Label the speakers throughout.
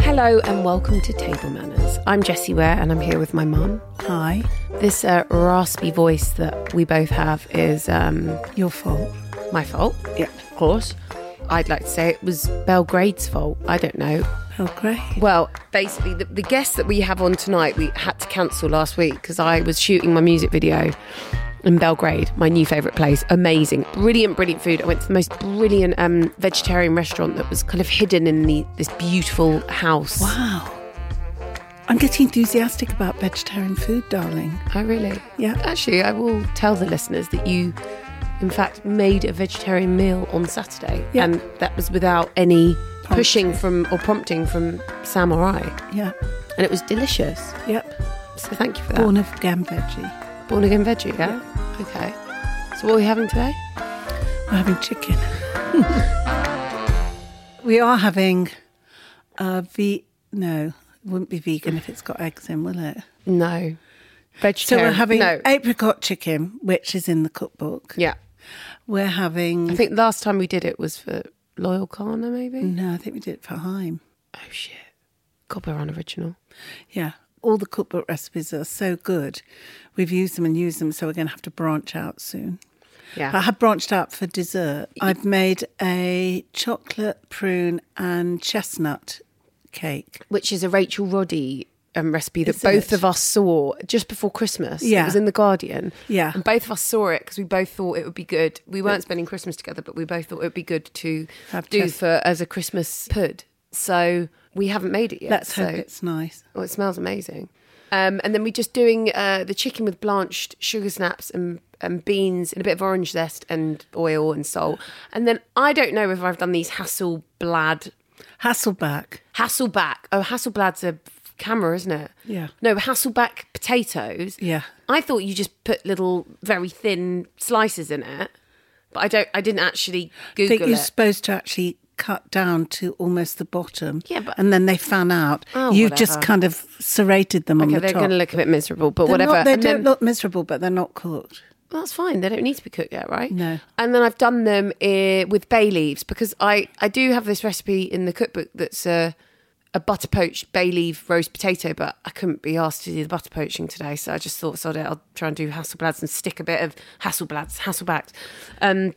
Speaker 1: Hello and welcome to Table Manners. I'm Jessie Ware and I'm here with my mum.
Speaker 2: Hi,
Speaker 1: This uh, raspy voice that we both have is um,
Speaker 2: your fault.
Speaker 1: my fault.
Speaker 2: Yeah.
Speaker 1: Of course. I'd like to say it was Belgrade's fault. I don't know.
Speaker 2: Oh, great.
Speaker 1: Well, basically, the, the guest that we have on tonight, we had to cancel last week because I was shooting my music video in Belgrade, my new favourite place. Amazing. Brilliant, brilliant food. I went to the most brilliant um, vegetarian restaurant that was kind of hidden in the, this beautiful house.
Speaker 2: Wow. I'm getting enthusiastic about vegetarian food, darling.
Speaker 1: Oh, really?
Speaker 2: Yeah.
Speaker 1: Actually, I will tell the listeners that you, in fact, made a vegetarian meal on Saturday.
Speaker 2: Yeah.
Speaker 1: And that was without any pushing
Speaker 2: Prompting.
Speaker 1: from or prompting from Sam or I.
Speaker 2: Yeah.
Speaker 1: And it was delicious.
Speaker 2: Yep.
Speaker 1: So thank you for that.
Speaker 2: Born again veggie.
Speaker 1: Born again veggie, yeah? Okay. So what are we having today?
Speaker 2: We're having chicken. we are having uh ve no, it wouldn't be vegan if it's got eggs in, will it?
Speaker 1: No.
Speaker 2: So
Speaker 1: Vegetarian.
Speaker 2: we're having
Speaker 1: no.
Speaker 2: apricot chicken, which is in the cookbook.
Speaker 1: yeah.
Speaker 2: We're
Speaker 1: I
Speaker 2: having
Speaker 1: think last time we did it was for Loyal Kana, maybe?
Speaker 2: no, I think we did it for Heim.
Speaker 1: Oh, shit. God, we're unoriginal.
Speaker 2: Yeah. All the cookbook recipes are so good. We've used them and used them, so we're going to have to branch out soon. I
Speaker 1: Yeah.
Speaker 2: have branched out for dessert. I've made a chocolate prune and chestnut cake.
Speaker 1: Which is a Rachel Roddy um, recipe that
Speaker 2: Isn't
Speaker 1: both
Speaker 2: it?
Speaker 1: of us saw just before Christmas. It
Speaker 2: Yeah. Ah.
Speaker 1: was in The Guardian.
Speaker 2: Yeah.
Speaker 1: And both of us saw it because we both thought it would be good. We weren't spending Christmas together, but we both thought it would be good to
Speaker 2: Have
Speaker 1: do
Speaker 2: just-
Speaker 1: for as a Christmas pud. So we haven't made it yet.
Speaker 2: Let's
Speaker 1: so
Speaker 2: hope it's nice.
Speaker 1: Oh, it smells amazing. Um, and then we're just doing uh, the chicken with blanched sugar snaps and, and beans and a bit of orange zest and oil and salt. And then I don't know if I've done these Hasselblad.
Speaker 2: Hasselback.
Speaker 1: Hasselback. Oh, Hasselblad's a camera, isn't it?
Speaker 2: Yeah.
Speaker 1: No, Hasselback potatoes.
Speaker 2: Yeah.
Speaker 1: I thought you just put little very thin slices in it, but I don't. I didn't actually
Speaker 2: I think
Speaker 1: Google
Speaker 2: you're
Speaker 1: it.
Speaker 2: supposed to actually cut down to almost the bottom.
Speaker 1: Yeah, but-
Speaker 2: and then they fan out.
Speaker 1: Oh,
Speaker 2: You've just
Speaker 1: whatever.
Speaker 2: kind of serrated them on
Speaker 1: okay,
Speaker 2: the
Speaker 1: they're
Speaker 2: top.
Speaker 1: going to look a bit miserable, but
Speaker 2: They're
Speaker 1: whatever.
Speaker 2: Not, they
Speaker 1: And
Speaker 2: don't
Speaker 1: then-
Speaker 2: look miserable, but they're not cooked.
Speaker 1: Well, that's fine. They don't need to be cooked yet, right?
Speaker 2: No.
Speaker 1: And then I've done them eh, with bay leaves because I, I do have this recipe in the cookbook that's a, a butter poached bay leaf roast potato, but I couldn't be asked to do the butter poaching today. So I just thought, sod it, I'll try and do Hasselblads and stick a bit of Hasselblads, Hasselbacks. Um,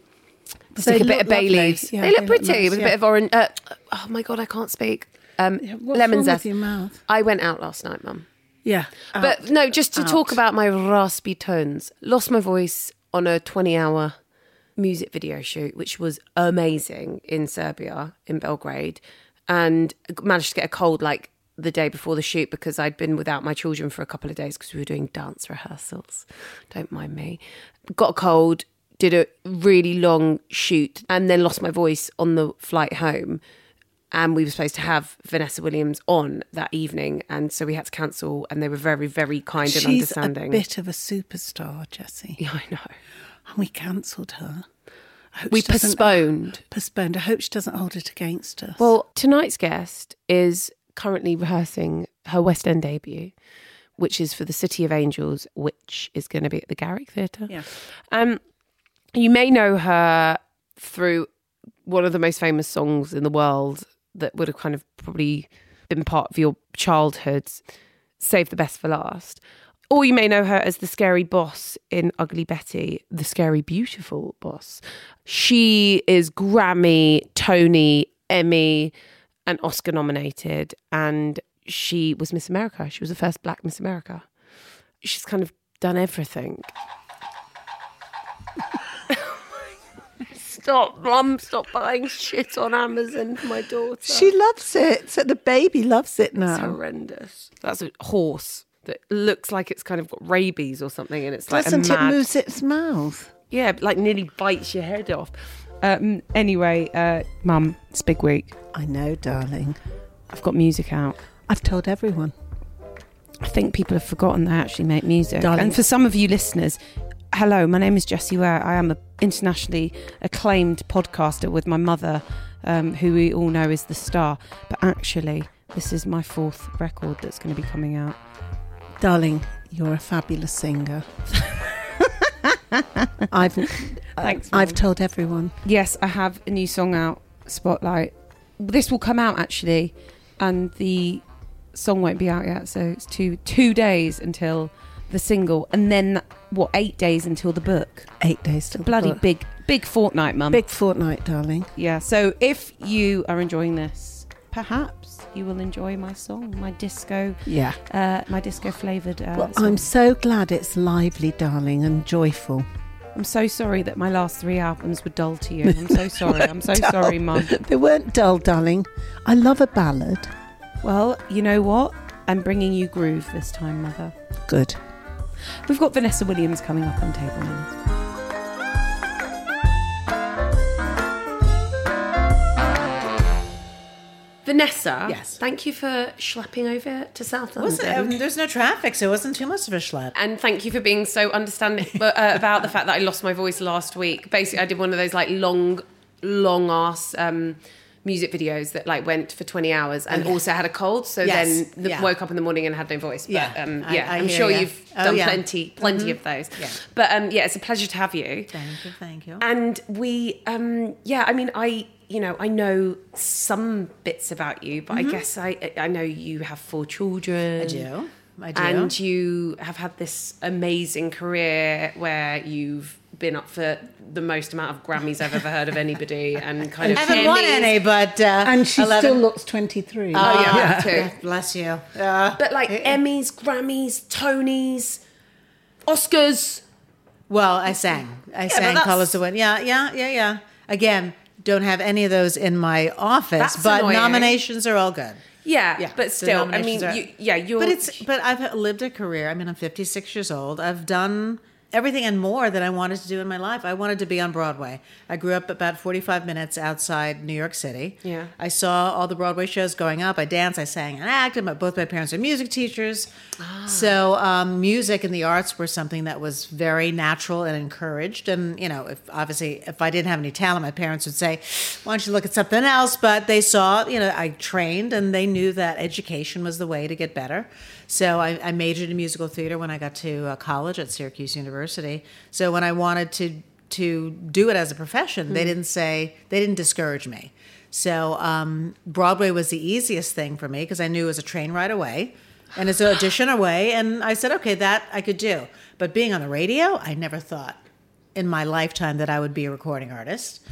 Speaker 1: stick a bit
Speaker 2: they look
Speaker 1: of bay
Speaker 2: lovely.
Speaker 1: leaves.
Speaker 2: Yeah,
Speaker 1: they look
Speaker 2: they look
Speaker 1: pretty
Speaker 2: nice,
Speaker 1: with a
Speaker 2: yeah.
Speaker 1: bit of orange. Uh, oh my God, I can't speak. Um,
Speaker 2: Yeah, what's
Speaker 1: lemon
Speaker 2: wrong with
Speaker 1: zest.
Speaker 2: your mouth?
Speaker 1: I went out last night, mum.
Speaker 2: Yeah, Oh.
Speaker 1: But
Speaker 2: out,
Speaker 1: no, just to talk
Speaker 2: out.
Speaker 1: about my raspy tones. Lost my voice on a 20 hour music video shoot, which was amazing in Serbia, in Belgrade, and managed to get a cold like the day before the shoot because I'd been without my children for a couple of days because we were doing dance rehearsals. Don't mind me. Got a cold, did a really long shoot, and then lost my voice on the flight home and we were supposed to have Vanessa Williams on that evening, and so we had to cancel. And they were very, very kind and
Speaker 2: she's a
Speaker 1: understanding.
Speaker 2: bit of a superstar, Jessie.
Speaker 1: yeah, I know.
Speaker 2: and we cancelled her. I hope
Speaker 1: We
Speaker 2: she doesn't-
Speaker 1: postponed.
Speaker 2: Postponed. I hope she doesn't hold it against us.
Speaker 1: Well, tonight's guest is currently rehearsing her West End debut, which is for the City of Angels, which is going to be at the Garrick Theatre.
Speaker 2: yeah,
Speaker 1: Um, you may know her through one of the most famous songs in the world that would have kind of probably been part of your childhood, Save the Best for Last. Or you may know her as the scary boss in Ugly Betty, the scary beautiful boss. She is Grammy, Tony, Emmy, and Oscar nominated. And she was Miss America. She was the first black Miss America. She's kind of done everything. Stop, mum, stop buying shit on Amazon for my daughter.
Speaker 2: She loves it. So the baby loves it now.
Speaker 1: It's horrendous. That's a horse that looks like it's kind of got rabies or something, and it's
Speaker 2: Doesn't
Speaker 1: like a mad,
Speaker 2: it lose its mouth?
Speaker 1: yeah, like nearly bites your head off. Um, anyway, uh, Mum, it's big week.
Speaker 2: I know, darling.
Speaker 1: I've got music out.
Speaker 2: I've told everyone.
Speaker 1: I think people have forgotten they actually make music.
Speaker 2: Darling.
Speaker 1: And for some of you listeners, hello, my name is Jessie Ware. I am an internationally acclaimed podcaster with my mother, um, who we all know is the star. But actually, this is my fourth record that's going to be coming out.
Speaker 2: Darling, you're a fabulous singer. I've
Speaker 1: Thanks,
Speaker 2: I've told everyone.
Speaker 1: Yes, I have a new song out, Spotlight. This will come out actually, and the song won't be out yet, so it's two two days until the single, and then what eight days until the book.
Speaker 2: Eight days to
Speaker 1: Bloody big big fortnight, mum.
Speaker 2: big fortnight, darling.
Speaker 1: Yeah. So if you are enjoying this, perhaps you will enjoy my song, my disco,
Speaker 2: Yeah.
Speaker 1: uh, my disco flavored. Uh,
Speaker 2: Well,
Speaker 1: song.
Speaker 2: I'm so glad it's lively, darling, and joyful.
Speaker 1: I'm so sorry that my last three albums were dull to you. I'm so sorry. I'm so sorry, mum.
Speaker 2: They weren't dull, darling. I love a ballad.
Speaker 1: Well, you know what? I'm bringing you groove this time, Mother.
Speaker 2: Good.
Speaker 1: We've got Vanessa Williams coming up on Table Manners. Vanessa,
Speaker 3: Yes.
Speaker 1: thank you for schlepping over to South
Speaker 3: Was it? Um, there's no traffic, so it wasn't too much of a schlep.
Speaker 1: and thank you for being so understanding uh, about the fact that I lost my voice last week. Basically, I did one of those like long, long ass um, music videos that like went for twenty hours, and also had a cold. So
Speaker 3: Yes,
Speaker 1: then the,
Speaker 3: yeah.
Speaker 1: woke up in the morning and had no voice. But,
Speaker 3: Yeah,
Speaker 1: um,
Speaker 3: I-
Speaker 1: yeah,
Speaker 3: I
Speaker 1: I, am
Speaker 3: hear
Speaker 1: sure
Speaker 3: ya.
Speaker 1: you've
Speaker 3: Oh,
Speaker 1: done
Speaker 3: yeah. Mm-hmm.
Speaker 1: plenty, plenty of those.
Speaker 3: Yeah.
Speaker 1: But um, yeah, it's a pleasure to have you.
Speaker 3: Thank you, thank you.
Speaker 1: And we, um, yeah, I mean, I, you know, I know some bits about you, but I guess I, I know you have four children. I
Speaker 3: do. Mm-hmm. I do.
Speaker 1: And you have had this amazing career where you've been up for the most amount of Grammys I've ever heard of anybody, and kind of
Speaker 3: I haven't won
Speaker 1: Emmys.
Speaker 3: any, but uh,
Speaker 2: And she
Speaker 3: 11
Speaker 2: still looks 23.
Speaker 1: Oh yeah, too.
Speaker 3: Bless you. Uh,
Speaker 1: But like Emmys, Grammys, Tonys, Oscars.
Speaker 3: well, I sang. I sang
Speaker 1: that's-
Speaker 3: "Call Us the Wind." Yeah, yeah, yeah, yeah. Again, don't have any of those in my office,
Speaker 1: That's
Speaker 3: but
Speaker 1: annoying.
Speaker 3: nominations are all good.
Speaker 1: Yeah,
Speaker 3: Yeah,
Speaker 1: but
Speaker 3: the
Speaker 1: still, I
Speaker 3: nominations
Speaker 1: mean,
Speaker 3: are-
Speaker 1: you, yeah, you're.
Speaker 3: But it's but I've lived a career. I mean, I'm 56 years old. I've done everything and more that I wanted to do in my life. I wanted to be on Broadway. I grew up about 45 minutes outside New York City.
Speaker 1: Yeah.
Speaker 3: I saw all the Broadway shows going up. I danced, I sang, and acted. My, both my parents are music teachers, so um, music and the arts were something that was very natural and encouraged. And you know, if obviously if I didn't have any talent, my parents would say, "Why don't you look at something else?" But they saw, you know, I trained, and they knew that education was the way to get better. So I, I majored in musical theater when I got to uh, college at Syracuse University. So when I wanted to to do it as a profession, they didn't say they didn't discourage me. So um, Broadway was the easiest thing for me because I knew it was a train ride away, and it's an audition away. And I said, okay, that I could do. But being on the radio, I never thought in my lifetime that I would be a recording artist.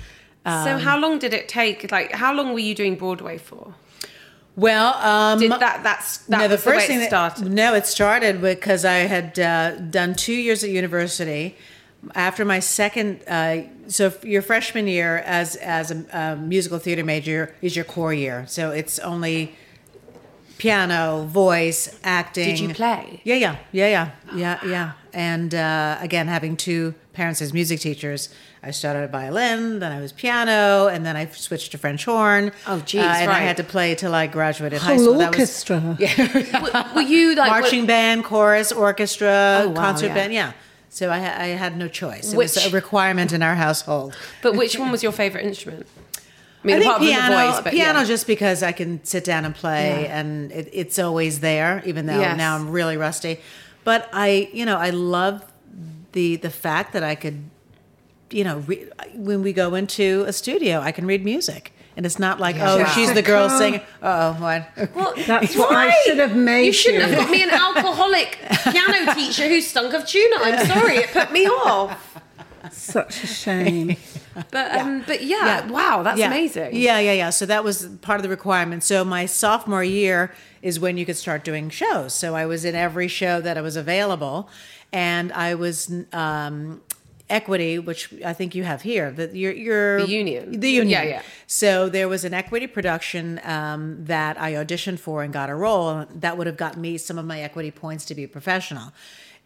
Speaker 1: so how long did it take? Like, how long were you doing Broadway for?
Speaker 3: Well, um,
Speaker 1: Did that? That's that was the way it started.
Speaker 3: no, it started because I had uh, done two years at university. After my second, uh, so f- your freshman year as as a, a musical theater major is your core year, so it's only piano, voice, acting.
Speaker 1: Did you play?
Speaker 3: Yeah, yeah, yeah, yeah, yeah, yeah. And uh, again, having two parents as music teachers, I started at violin, then I was piano, and then I switched to French horn. Uh,
Speaker 1: Oh, geez,
Speaker 3: and I
Speaker 1: right.
Speaker 3: had to play till I graduated high
Speaker 2: Whole
Speaker 3: school. That was-
Speaker 2: orchestra.
Speaker 1: Were you like Oh,
Speaker 3: marching band, chorus, orchestra,
Speaker 1: wow,
Speaker 3: concert
Speaker 1: yeah.
Speaker 3: band. Yeah. So I, ha- I had no choice. It was
Speaker 1: Which-
Speaker 3: a requirement in our household.
Speaker 1: But which one was your favorite instrument? I mean,
Speaker 3: I think
Speaker 1: apart from
Speaker 3: piano,
Speaker 1: the voice, but
Speaker 3: piano
Speaker 1: yeah.
Speaker 3: just because I can sit down and play, and it, it's always there. Even though
Speaker 1: Yes.
Speaker 3: now I'm really rusty, but I, you know, I love the the fact that I could, you know, re- when we go into a studio, I can read music. And it's not like, oh, she's the girl singing. Oh, what?
Speaker 2: That's what I
Speaker 4: Why?
Speaker 2: should have made
Speaker 4: You shouldn't
Speaker 2: you.
Speaker 4: have got me an alcoholic piano teacher who stunk of tuna. I'm sorry, it put me off.
Speaker 2: Such a shame.
Speaker 1: But um, but yeah, wow, that's
Speaker 3: yeah.
Speaker 1: amazing.
Speaker 3: Yeah, yeah, yeah. So that was part of the requirement. So my sophomore year is when you could start doing shows. So I was in every show that I was available, and I was um, equity, which I think you have here. That your your
Speaker 1: The union.
Speaker 3: the union,
Speaker 1: Yeah, yeah.
Speaker 3: So there was an equity production um, that I auditioned for and got a role that would have gotten me some of my equity points to be a professional,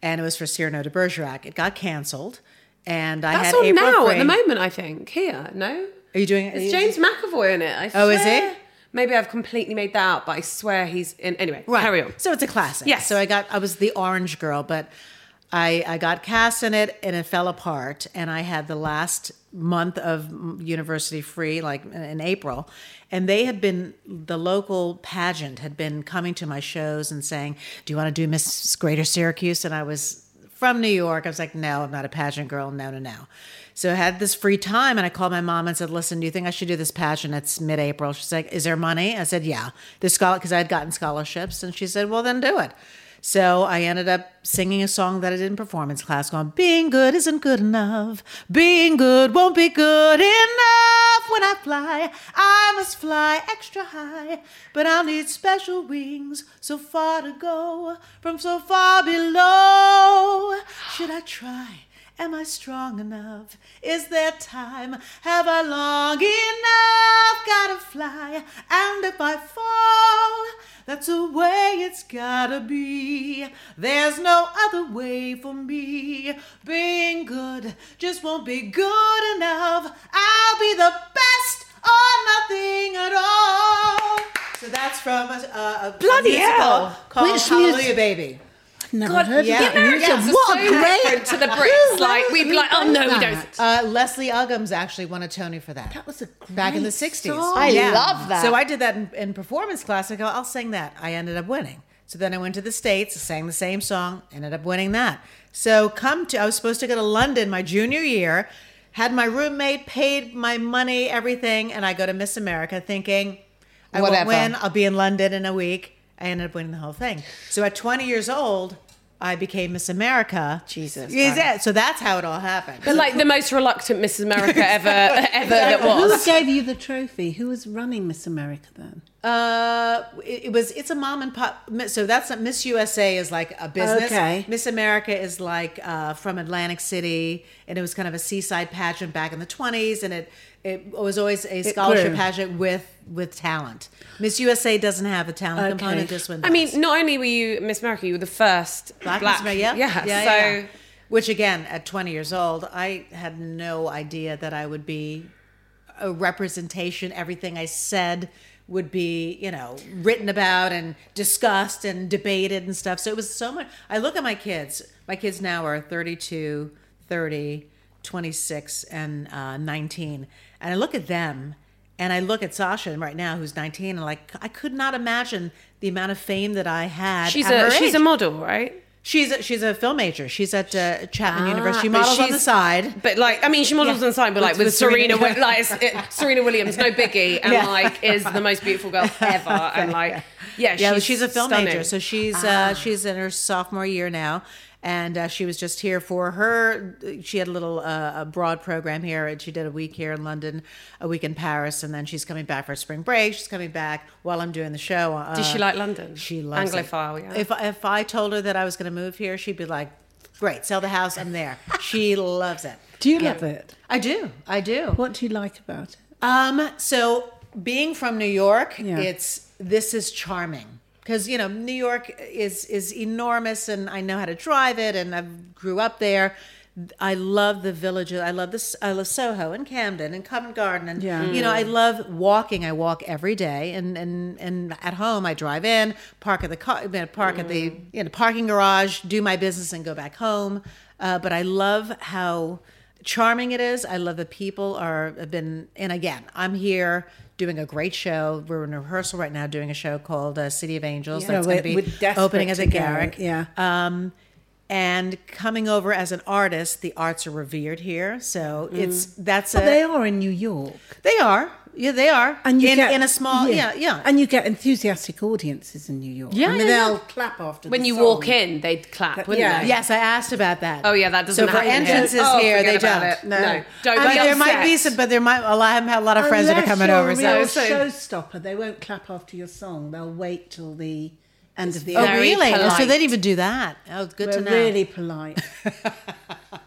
Speaker 3: and it was for Cyrano de Bergerac. It got canceled. And I
Speaker 1: That's
Speaker 3: had
Speaker 1: on
Speaker 3: April
Speaker 1: now at the
Speaker 3: Crane-
Speaker 1: moment. I think here, no,
Speaker 3: Are you doing?
Speaker 1: it's James McAvoy in it. I
Speaker 3: Oh, is
Speaker 1: swear.
Speaker 3: he?
Speaker 1: Maybe I've completely made that up, but I swear he's in. Anyway, carry on.
Speaker 3: So it's a classic.
Speaker 1: Yes.
Speaker 3: So I got I was the orange girl, but I I got cast in it and it fell apart and I had the last month of mm, university free like in April and they had been the local pageant had been coming to my shows and saying, "Do you want to do Miss Greater Syracuse?" and I was from New York. I was like, no, I'm not a pageant girl. No, no, no. So I had this free time and I called my mom and said, listen, do you think I should do this pageant? It's mid April. She's like, is there money? I said, yeah. The scholar, because I had gotten scholarships. And she said, well, then do it. So I ended up singing a song that I did in performance class called Being Good Isn't Good Enough. Being good won't be good enough when I fly. I must fly extra high, but I'll need special wings so far to go from so far below. Should I try? Am I strong enough? Is there time? Have I long enough? Gotta fly. And if I fall, that's the way it's gotta be. There's no other way for me. Being good just won't be good enough. I'll be the best or nothing at all. So that's from a, a, a
Speaker 4: Bloody
Speaker 3: musical
Speaker 4: hell.
Speaker 3: called
Speaker 2: Which
Speaker 3: Hallelujah
Speaker 2: music?
Speaker 3: Baby.
Speaker 2: Never
Speaker 1: God,
Speaker 2: heard
Speaker 3: yeah,
Speaker 2: of that music.
Speaker 1: Americans are
Speaker 2: What
Speaker 1: so
Speaker 2: a great
Speaker 1: different to the Brits.
Speaker 2: Who
Speaker 1: like
Speaker 2: does-
Speaker 1: we'd be
Speaker 2: who
Speaker 1: like, oh
Speaker 2: does
Speaker 1: no, we
Speaker 2: that?
Speaker 1: don't.
Speaker 3: Uh, Leslie Uggams actually won a Tony for that. That
Speaker 2: was a
Speaker 3: back in the
Speaker 2: great
Speaker 3: '60s.
Speaker 2: song.
Speaker 4: I love that.
Speaker 3: So I did that in, in performance class. I go, I'll sing that. I ended up winning. So then I went to the states, sang the same song, ended up winning that. So come to, I was supposed to go to London my junior year, had my roommate paid my money, everything, and I go to Miss America thinking, I
Speaker 4: Whatever.
Speaker 3: won't win. I'll be in London in a week. I ended up winning the whole thing. So at 20 years old. I became Miss America.
Speaker 1: Jesus
Speaker 3: Is that, so that's how it all happened.
Speaker 1: But like the most reluctant Mrs. America ever, ever that
Speaker 2: Who
Speaker 1: was.
Speaker 2: gave you the trophy? Who was running Miss America then?
Speaker 3: Uh, it, it was. It's a mom and pop. So that's not, Miss USA is like a business.
Speaker 2: Okay.
Speaker 3: Miss America is like uh, from Atlantic City, and it was kind of a seaside pageant back in the twenties, and it it was always a scholarship
Speaker 2: grew.
Speaker 3: pageant with with talent. Miss USA doesn't have a talent
Speaker 2: Okay.
Speaker 3: component. This one.
Speaker 1: I
Speaker 3: does.
Speaker 1: mean, not only were you Miss America, you were the first black.
Speaker 3: Black, Miss America,
Speaker 1: yeah.
Speaker 3: yeah. Yeah,
Speaker 1: so
Speaker 3: yeah, yeah. which again, at 20 years old, I had no idea that I would be a representation. Everything I said would be, you know, written about and discussed and debated and stuff. So it was so much. I look at my kids. My kids now are 32, 30, 26, and uh, 19. And I look at them and I look at Sasha right now, who's 19, and like, I could not imagine the amount of fame that I had.
Speaker 1: she's
Speaker 3: at
Speaker 1: a
Speaker 3: her
Speaker 1: she's a
Speaker 3: age.
Speaker 1: model, right?
Speaker 3: She's a, she's a film major. She's at uh, Chapman University. She
Speaker 1: Ah, but
Speaker 3: models on the
Speaker 1: she's-
Speaker 3: side.
Speaker 1: But like, I mean, she models on the side, but like
Speaker 3: With-
Speaker 1: with,
Speaker 3: with Serena.
Speaker 1: Serena, Wi- like it's- it, Serena Williams, no biggie, and like is the most beautiful girl ever, and like, yeah,
Speaker 3: Yeah,
Speaker 1: she's,
Speaker 3: she's, a film
Speaker 1: stunning. Ah.
Speaker 3: major. So she's uh, she's in her sophomore year now, and uh, she was just here for her. She had a little uh, abroad program here, and she did a week here in London, a week in Paris, and then she's coming back for spring break. She's coming back while I'm doing the show. Uh,
Speaker 1: Does she like London?
Speaker 3: She loves it.
Speaker 1: Anglophile, yeah.
Speaker 3: If if I told her that I was going to move here, she'd be like, "Great, sell the house. I'm there." she loves it.
Speaker 2: Do you love it?
Speaker 3: I do. I do.
Speaker 2: What do you like about it?
Speaker 3: Um, so being from New York,
Speaker 2: Yeah.
Speaker 3: it's this is charming because you know New York is is enormous, and I know how to drive it, and I grew up there. I love the villages. I love this. I love Soho and Camden and Covent Garden, and
Speaker 2: Yeah.
Speaker 3: you know I love walking. I walk every day, and and and at home I drive in, park at the car, park at the
Speaker 2: Mm.
Speaker 3: you know parking garage, do my business, and go back home. Uh, but I love how charming it is. I love the people are have been and again, I'm here doing a great show. We're in rehearsal right now doing a show called uh, City of Angels that's
Speaker 2: No, we're-
Speaker 3: going to be
Speaker 2: we're desperate
Speaker 3: opening as
Speaker 2: to
Speaker 3: a
Speaker 2: go,
Speaker 3: Garrick. Um,
Speaker 2: Yeah.
Speaker 3: And coming over as an
Speaker 2: Mm.
Speaker 3: artist, the arts are revered here. So it's that's a
Speaker 2: they are in New York.
Speaker 3: they are. Yeah, they are.
Speaker 2: And you
Speaker 3: in,
Speaker 2: get
Speaker 3: in a small, yeah, yeah.
Speaker 2: And you get enthusiastic audiences in New York.
Speaker 4: Yeah,
Speaker 2: I mean,
Speaker 4: yeah,
Speaker 2: they'll
Speaker 4: yeah.
Speaker 2: clap after
Speaker 4: When
Speaker 2: the
Speaker 4: you
Speaker 2: song.
Speaker 4: walk in, they'd clap, wouldn't
Speaker 2: Yeah.
Speaker 4: they?
Speaker 3: Yes, I asked about that.
Speaker 4: Oh, yeah, that doesn't
Speaker 3: So for
Speaker 4: happen here.
Speaker 3: entrances
Speaker 4: Oh,
Speaker 3: here, they
Speaker 4: forget about
Speaker 3: don't.
Speaker 4: it. No. Don't
Speaker 3: but
Speaker 4: be
Speaker 3: there might be
Speaker 4: upset.
Speaker 3: some, but there might. A lot, I have a lot of friends that are
Speaker 2: Unless
Speaker 3: coming
Speaker 2: you're
Speaker 3: over.
Speaker 2: A
Speaker 3: So.
Speaker 2: real
Speaker 4: so-
Speaker 2: showstopper. They won't clap after your song. They'll wait till the end of the.
Speaker 3: Oh,
Speaker 2: hour.
Speaker 4: Very
Speaker 3: really? Oh, So
Speaker 4: polite.
Speaker 3: they'd even do that. Oh, good
Speaker 2: We're
Speaker 3: to know.
Speaker 2: really polite.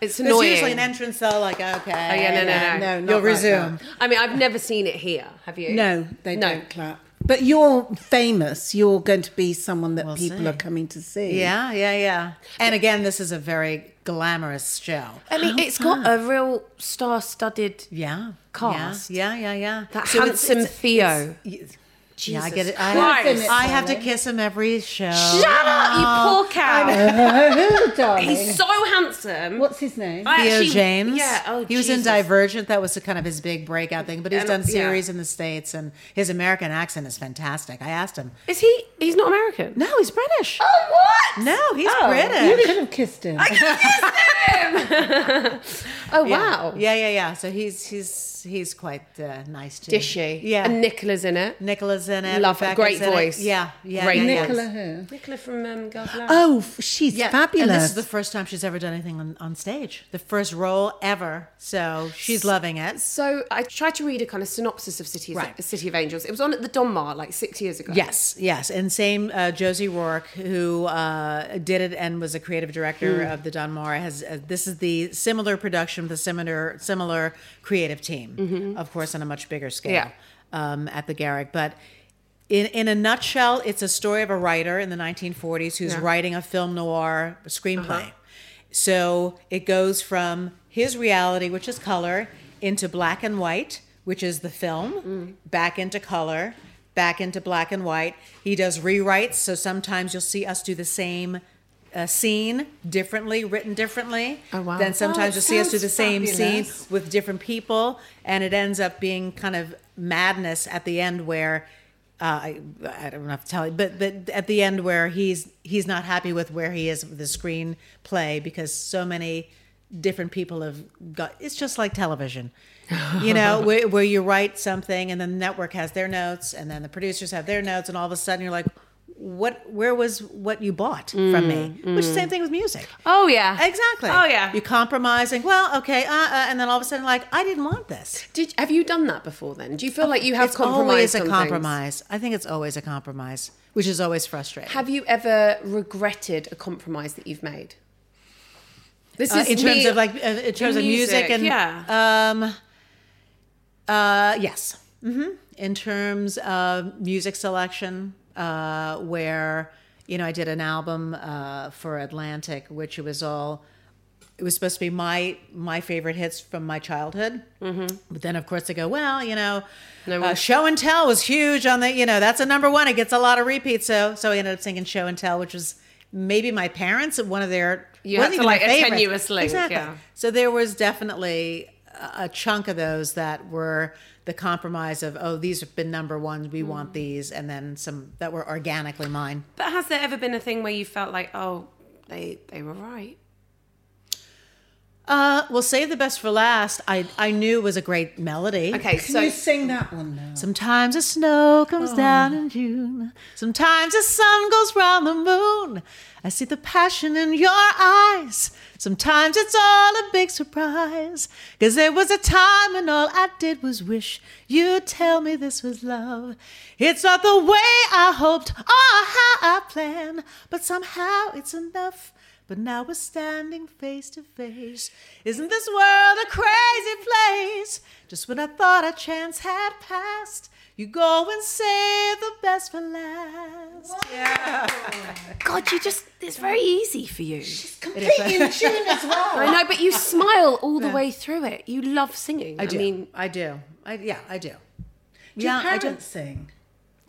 Speaker 4: It's
Speaker 3: There's
Speaker 4: annoying.
Speaker 3: usually an entrance though, like okay. Oh
Speaker 4: yeah, no, no, no.
Speaker 2: No, not
Speaker 3: You'll
Speaker 2: like
Speaker 3: resume.
Speaker 4: I mean, I've never seen it here. Have you?
Speaker 2: No, they
Speaker 4: No.
Speaker 2: don't clap. But you're famous. You're going to be someone that
Speaker 3: We'll
Speaker 2: people
Speaker 3: see.
Speaker 2: are coming to see.
Speaker 3: Yeah, yeah, yeah. And again, this is a very glamorous show.
Speaker 1: I mean, it's got a real star-studded
Speaker 3: Yeah.
Speaker 1: Cast.
Speaker 3: Yeah, yeah, yeah.
Speaker 1: that
Speaker 3: So it's-
Speaker 1: handsome Theo.
Speaker 3: yeah, I get it. I,
Speaker 4: Christ.
Speaker 3: have, I have to kiss him every show.
Speaker 4: Shut up, you poor cow.
Speaker 2: Oh, darling.
Speaker 4: He's so handsome.
Speaker 2: What's his name?
Speaker 4: I
Speaker 3: Theo
Speaker 4: actually-
Speaker 3: James.
Speaker 4: Yeah. Oh,
Speaker 3: he was in
Speaker 4: Jesus.
Speaker 3: Divergent. That was kind of his big breakout thing. But he's
Speaker 4: And,
Speaker 3: done
Speaker 4: yeah.
Speaker 3: series in the states, and his American accent is fantastic. I asked him.
Speaker 4: Is he? He's not American.
Speaker 3: No, he's British.
Speaker 4: Oh, what?
Speaker 3: No, he's
Speaker 4: Oh.
Speaker 2: You
Speaker 3: British.
Speaker 2: could have kissed him.
Speaker 4: Oh, wow.
Speaker 3: Yeah, yeah, yeah. So he's he's he's quite uh, nice too.
Speaker 4: Dishy.
Speaker 3: Yeah.
Speaker 4: And Nicola's in it.
Speaker 3: Nicola's in it.
Speaker 4: Love her.
Speaker 3: Rebecca's
Speaker 4: Great
Speaker 3: in it.
Speaker 4: voice.
Speaker 3: Yeah, yeah.
Speaker 4: Great
Speaker 3: yeah, yeah.
Speaker 2: Nicola who?
Speaker 4: Nicola from um, Girl Love.
Speaker 2: Oh, f- she's
Speaker 3: Yeah,
Speaker 2: fabulous.
Speaker 3: And this is the first time she's ever done anything on, on stage. The first role ever. So she's loving it.
Speaker 5: So I tried to read a kind of synopsis of City,
Speaker 3: Right.
Speaker 5: City of Angels. It was on at the Donmar like six years ago.
Speaker 3: Yes, yes. And same uh, Josie Rourke, who uh, did it and was a creative director
Speaker 5: Hmm.
Speaker 3: of the Don Mara, has uh, this is the similar production, the similar similar creative team, of course, on a much bigger scale
Speaker 5: Mm-hmm. Yeah.
Speaker 3: um, at the Garrick, but. In, in a nutshell, it's a story of a writer in the 1940s who's writing a film noir
Speaker 5: Uh-huh.
Speaker 3: screenplay. So it goes from his reality, which is color, into black and white, which is the film,
Speaker 2: Mm.
Speaker 3: back into color, back into black and white. He does rewrites, so sometimes you'll see us do the same uh, scene differently, written differently. Oh, wow. Then sometimes
Speaker 2: Oh, it
Speaker 3: you'll see us do the
Speaker 2: sounds
Speaker 3: same scene
Speaker 2: fabulous.
Speaker 3: with different people, and it ends up being kind of madness at the end where. Uh, I, I don't have to tell you, but but at the end where he's he's not happy with where he is with the screenplay because so many different people have got. It's just like television, you know, where, where you write something and then the network has their notes and then the producers have their notes and all of a sudden you're like, what? Where was what you bought from me? Which is the same thing with music.
Speaker 4: Oh, yeah.
Speaker 3: Exactly.
Speaker 4: Oh, yeah.
Speaker 3: You compromising. Well, okay, uh, uh, and then all of a sudden, like, I didn't want this.
Speaker 5: Did have you done that before? Then do you feel like you have
Speaker 3: Oh, it's always
Speaker 5: compromised
Speaker 3: a
Speaker 5: on things?
Speaker 3: compromise. I think it's always a compromise, which is always frustrating.
Speaker 5: Have you ever regretted a compromise that you've made? This
Speaker 3: Uh,
Speaker 5: is
Speaker 3: in terms
Speaker 5: me-
Speaker 3: of like, uh, in terms of music,
Speaker 5: music,
Speaker 3: and
Speaker 5: yeah.
Speaker 3: um, uh, yes, hmm in terms of music selection, uh, where you know I did an album uh, for Atlantic, which it was all. It was supposed to be my my favorite hits from my childhood, but then of course they go, well, you know, uh, show and tell was huge on the, you know, that's a number one. It gets a lot of repeats, so so I ended up singing show and tell, which was maybe my parents one of their
Speaker 4: You
Speaker 3: wasn't
Speaker 4: had to,
Speaker 3: even my
Speaker 4: like, a
Speaker 3: favorite.
Speaker 4: tenuous link,
Speaker 3: Exactly.
Speaker 4: yeah.
Speaker 3: So there was definitely a- a chunk of those that were the compromise of oh these have been number ones we want these and then some that were organically mine
Speaker 4: But has there ever been a thing where you felt like, oh, they they were right?
Speaker 3: uh well save the best for last i i knew it was a great melody
Speaker 4: Okay,
Speaker 2: Can
Speaker 4: so
Speaker 2: you sing that one now?
Speaker 3: Sometimes the snow comes down in June. Sometimes the sun goes round the moon. I see the passion in your eyes. Sometimes it's all a big surprise. Cause there was a time when all I did was wish you'd tell me this was love. It's not the way I hoped or how I planned, but somehow it's enough. But now we're standing face to face. Isn't this world a crazy place? Just when I thought our chance had passed, you go and save the best for last.
Speaker 4: God, you just it's very easy for you.
Speaker 2: Completely in tune as well.
Speaker 5: I know, but you smile all the way through it. You love singing. I, mean,
Speaker 3: I do. I yeah, I do.
Speaker 2: Do
Speaker 3: yeah,
Speaker 2: your
Speaker 3: I do.
Speaker 2: parents sing?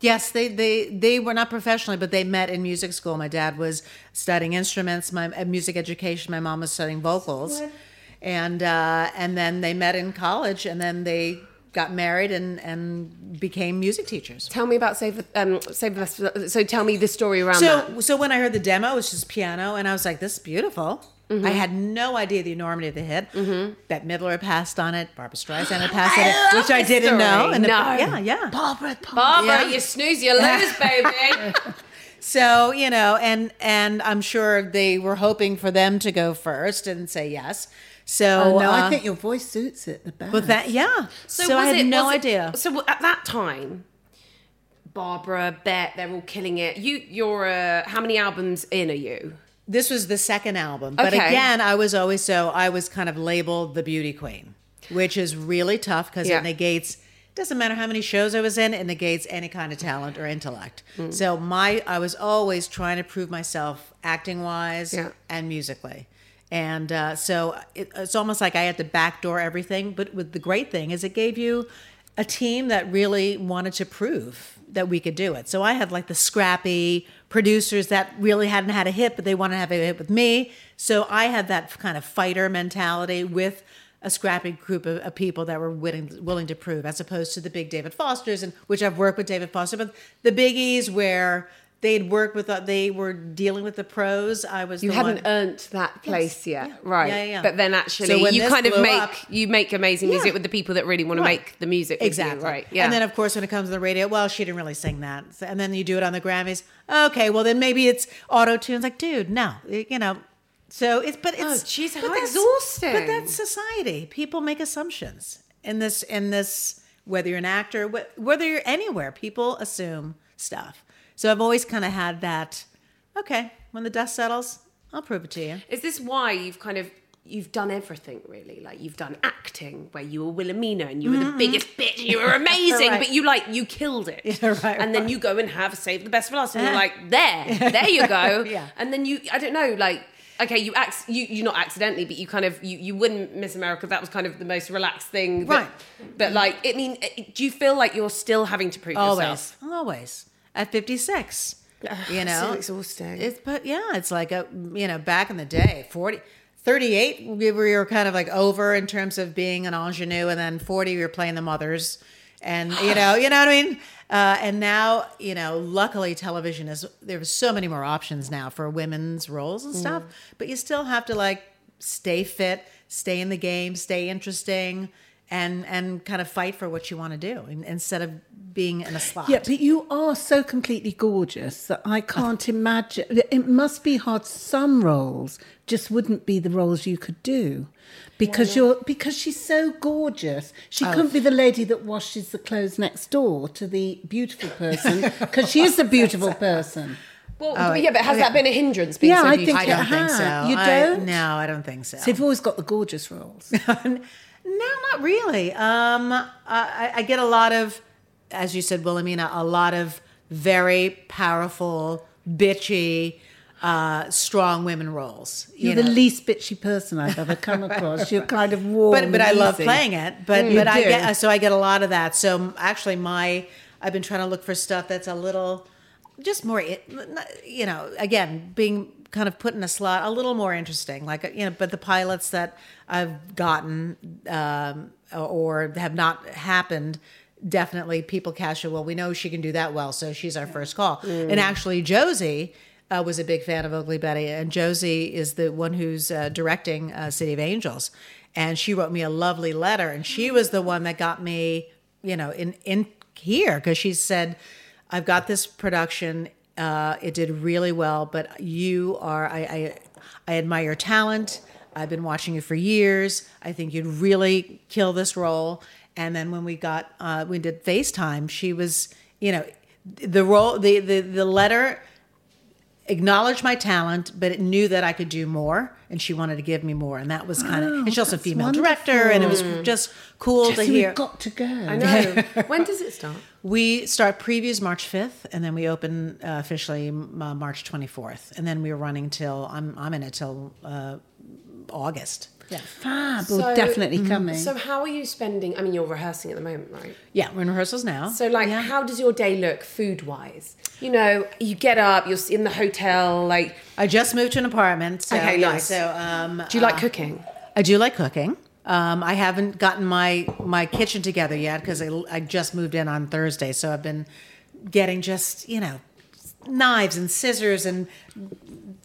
Speaker 3: Yes, they they they were not professionally, but they met in music school. My dad was studying instruments, my uh, music education. My mom was studying vocals, and uh, and then they met in college, and then they got married and and became music teachers.
Speaker 5: tell me about save the um, save the best. for- So tell me the story around that.
Speaker 3: So so when I heard the demo, it was just piano, and I was like, "This is beautiful." I had no idea the enormity of the hit. mm Bette Midler had passed on it. Barbara Streisand had passed on it, which I didn't know. And the- yeah, yeah.
Speaker 4: Barbara, Barbara,
Speaker 3: Yeah.
Speaker 4: you snooze, you lose, baby.
Speaker 3: So you know, and and I'm sure they were hoping for them to go first and say yes. So
Speaker 2: Oh, no,
Speaker 3: uh,
Speaker 2: I think your voice suits it the best.
Speaker 3: but that yeah. So, I had no
Speaker 5: was it-
Speaker 3: idea.
Speaker 5: so at that time, Barbara, Bet, they're all killing it. You, you're uh, how many albums in are you?
Speaker 3: This was the second album, but
Speaker 5: Okay.
Speaker 3: again, I was always so I was kind of labeled the beauty queen, which is really tough because
Speaker 5: Yeah.
Speaker 3: it negates. Doesn't matter how many shows I was in, it negates any kind of talent or intellect.
Speaker 5: Mm.
Speaker 3: So my I was always trying to prove myself acting wise
Speaker 5: Yeah.
Speaker 3: and musically. And uh, so it, it's almost like I had to backdoor everything. But with the great thing is, it gave you a team that really wanted to prove that we could do it. So I had like the scrappy producers that really hadn't had a hit, but they wanted to have a hit with me. So I had that kind of fighter mentality with a scrappy group of, of people that were willing, willing to prove, as opposed to the big David Fosters, and which I've worked with David Foster, but the biggies where they'd work with, uh, they were dealing with the pros. I was
Speaker 1: You
Speaker 3: the
Speaker 1: hadn't
Speaker 3: one-
Speaker 1: earned that place yet,
Speaker 3: yeah,
Speaker 1: right?
Speaker 3: yeah, yeah.
Speaker 5: But then
Speaker 3: So
Speaker 5: actually,
Speaker 3: when
Speaker 5: you
Speaker 3: this
Speaker 5: kind of
Speaker 3: blew
Speaker 5: make
Speaker 3: up-
Speaker 5: you make amazing music with the people that really want
Speaker 3: Right.
Speaker 5: to make the music. with you,
Speaker 3: Exactly.
Speaker 5: right. Yeah.
Speaker 3: And then, of course, when it comes to the radio, well, she didn't really sing that. So- And then you do it on the Grammys. Okay, well, then maybe it's auto tunes. Like, dude, no, you know. So it's, but it's,
Speaker 5: jeez,
Speaker 3: but
Speaker 5: Oh, how
Speaker 3: that's-
Speaker 5: exhausting.
Speaker 3: But that's society. People make assumptions in this, in this, whether you're an actor, wh- whether you're anywhere, people assume stuff. So I've always kind of had that, okay, when the dust settles, I'll prove it to you.
Speaker 5: Is this why you've kind of you've done everything really? Like you've done acting where you were Wilhelmina and you were the biggest bitch and you were amazing, but you like you killed it.
Speaker 3: right,
Speaker 5: and then you go and have Save the Best for Last and you're like, there, there you go.
Speaker 3: Yeah.
Speaker 5: And then you I don't know, like okay, you ac- you you not accidentally, but you kind of you you wouldn't Miss America. That was kind of the most relaxed thing. that-
Speaker 3: Right.
Speaker 5: But like, I mean, it- do you feel like you're still having to prove yourself?
Speaker 3: Always, always. At 56, you know,
Speaker 1: exhausting.
Speaker 3: It's but yeah, it's like a you know back in the day, 40, 38, we were you were kind of like over in terms of being an ingenue, and then forty, we were playing the mothers, and you know, you know what I mean. Uh, and now, you know, luckily television is there's so many more options now for women's roles and stuff, but you still have to like stay fit, stay in the game, stay interesting. And, and kind of fight for what you want to do in- instead of being in a slot.
Speaker 2: Yeah, but you are so completely gorgeous that
Speaker 3: Oh.
Speaker 2: I can't imagine. It must be hard. Some roles just wouldn't be the roles you could do because you're because she's so gorgeous. She
Speaker 3: Oh.
Speaker 2: couldn't be the lady that washes the clothes next door to the beautiful person because she is a beautiful person.
Speaker 5: Well, yeah, but has that been a hindrance? Being
Speaker 2: Yeah,
Speaker 5: so
Speaker 2: I
Speaker 5: beautiful?
Speaker 2: think
Speaker 3: I
Speaker 2: it
Speaker 3: don't think
Speaker 2: has.
Speaker 3: so.
Speaker 2: You
Speaker 3: I-
Speaker 2: don't?
Speaker 3: no, I uh-huh. don't think so.
Speaker 2: So you've always got the gorgeous roles.
Speaker 3: no, not really. Um, I- I, I get a lot of, as you said, Wilhelmina, a lot of very powerful, bitchy, uh, strong women roles. You
Speaker 2: You're
Speaker 3: know?
Speaker 2: the least bitchy person I've ever come across. You're kind of warm.
Speaker 3: but but I
Speaker 2: and
Speaker 3: love
Speaker 2: easy.
Speaker 3: playing it. But
Speaker 2: Mm. You
Speaker 3: but I
Speaker 2: do.
Speaker 3: get uh, so I get a lot of that. So m- actually, my I've been trying to look for stuff that's a little just more i- not- you know again being kind of put in a slot a little more interesting like uh, you know but the pilots that i've gotten um, or have not happened definitely people cash it well we know she can do that well so she's our first call and actually josie uh, was a big fan of Ugly Betty, and Josie is the one who's uh, directing uh, City of Angels, and she wrote me a lovely letter, and she was the one that got me, you know, in in here because she said, "I've got this production. Uh, it did really well, but you are I I, I admire your talent. I've been watching you for years. I think you'd really kill this role." And then when we got uh, we did FaceTime, she was, you know, the role the the the letter acknowledged my talent, but it knew that I could do more, and she wanted to give me more, and that was kind of. and she's also a female director, and it was just cool to
Speaker 2: So
Speaker 3: hear.
Speaker 2: we've got to go.
Speaker 5: No. when does it start?
Speaker 3: we start previews March fifth, and then we open uh, officially m- uh, March twenty fourth, and then we're running till I'm I'm in it till uh, August. Yeah,
Speaker 2: Fab. We're definitely
Speaker 1: mm-hmm.
Speaker 3: mm-hmm.
Speaker 2: coming.
Speaker 5: So how are you spending? I mean, you're rehearsing at the moment, right?
Speaker 3: yeah, we're in rehearsals now.
Speaker 5: So, like, how does your day look food wise? You know, you get up, you're in the hotel. Like,
Speaker 3: I just moved to an apartment. So,
Speaker 5: Okay,
Speaker 3: yeah,
Speaker 5: nice.
Speaker 3: So um,
Speaker 5: do you
Speaker 2: Ah.
Speaker 5: like cooking?
Speaker 3: I do like cooking. Um, I haven't gotten my my kitchen together yet because I, I just moved in on Thursday, so I've been getting just you know knives and scissors and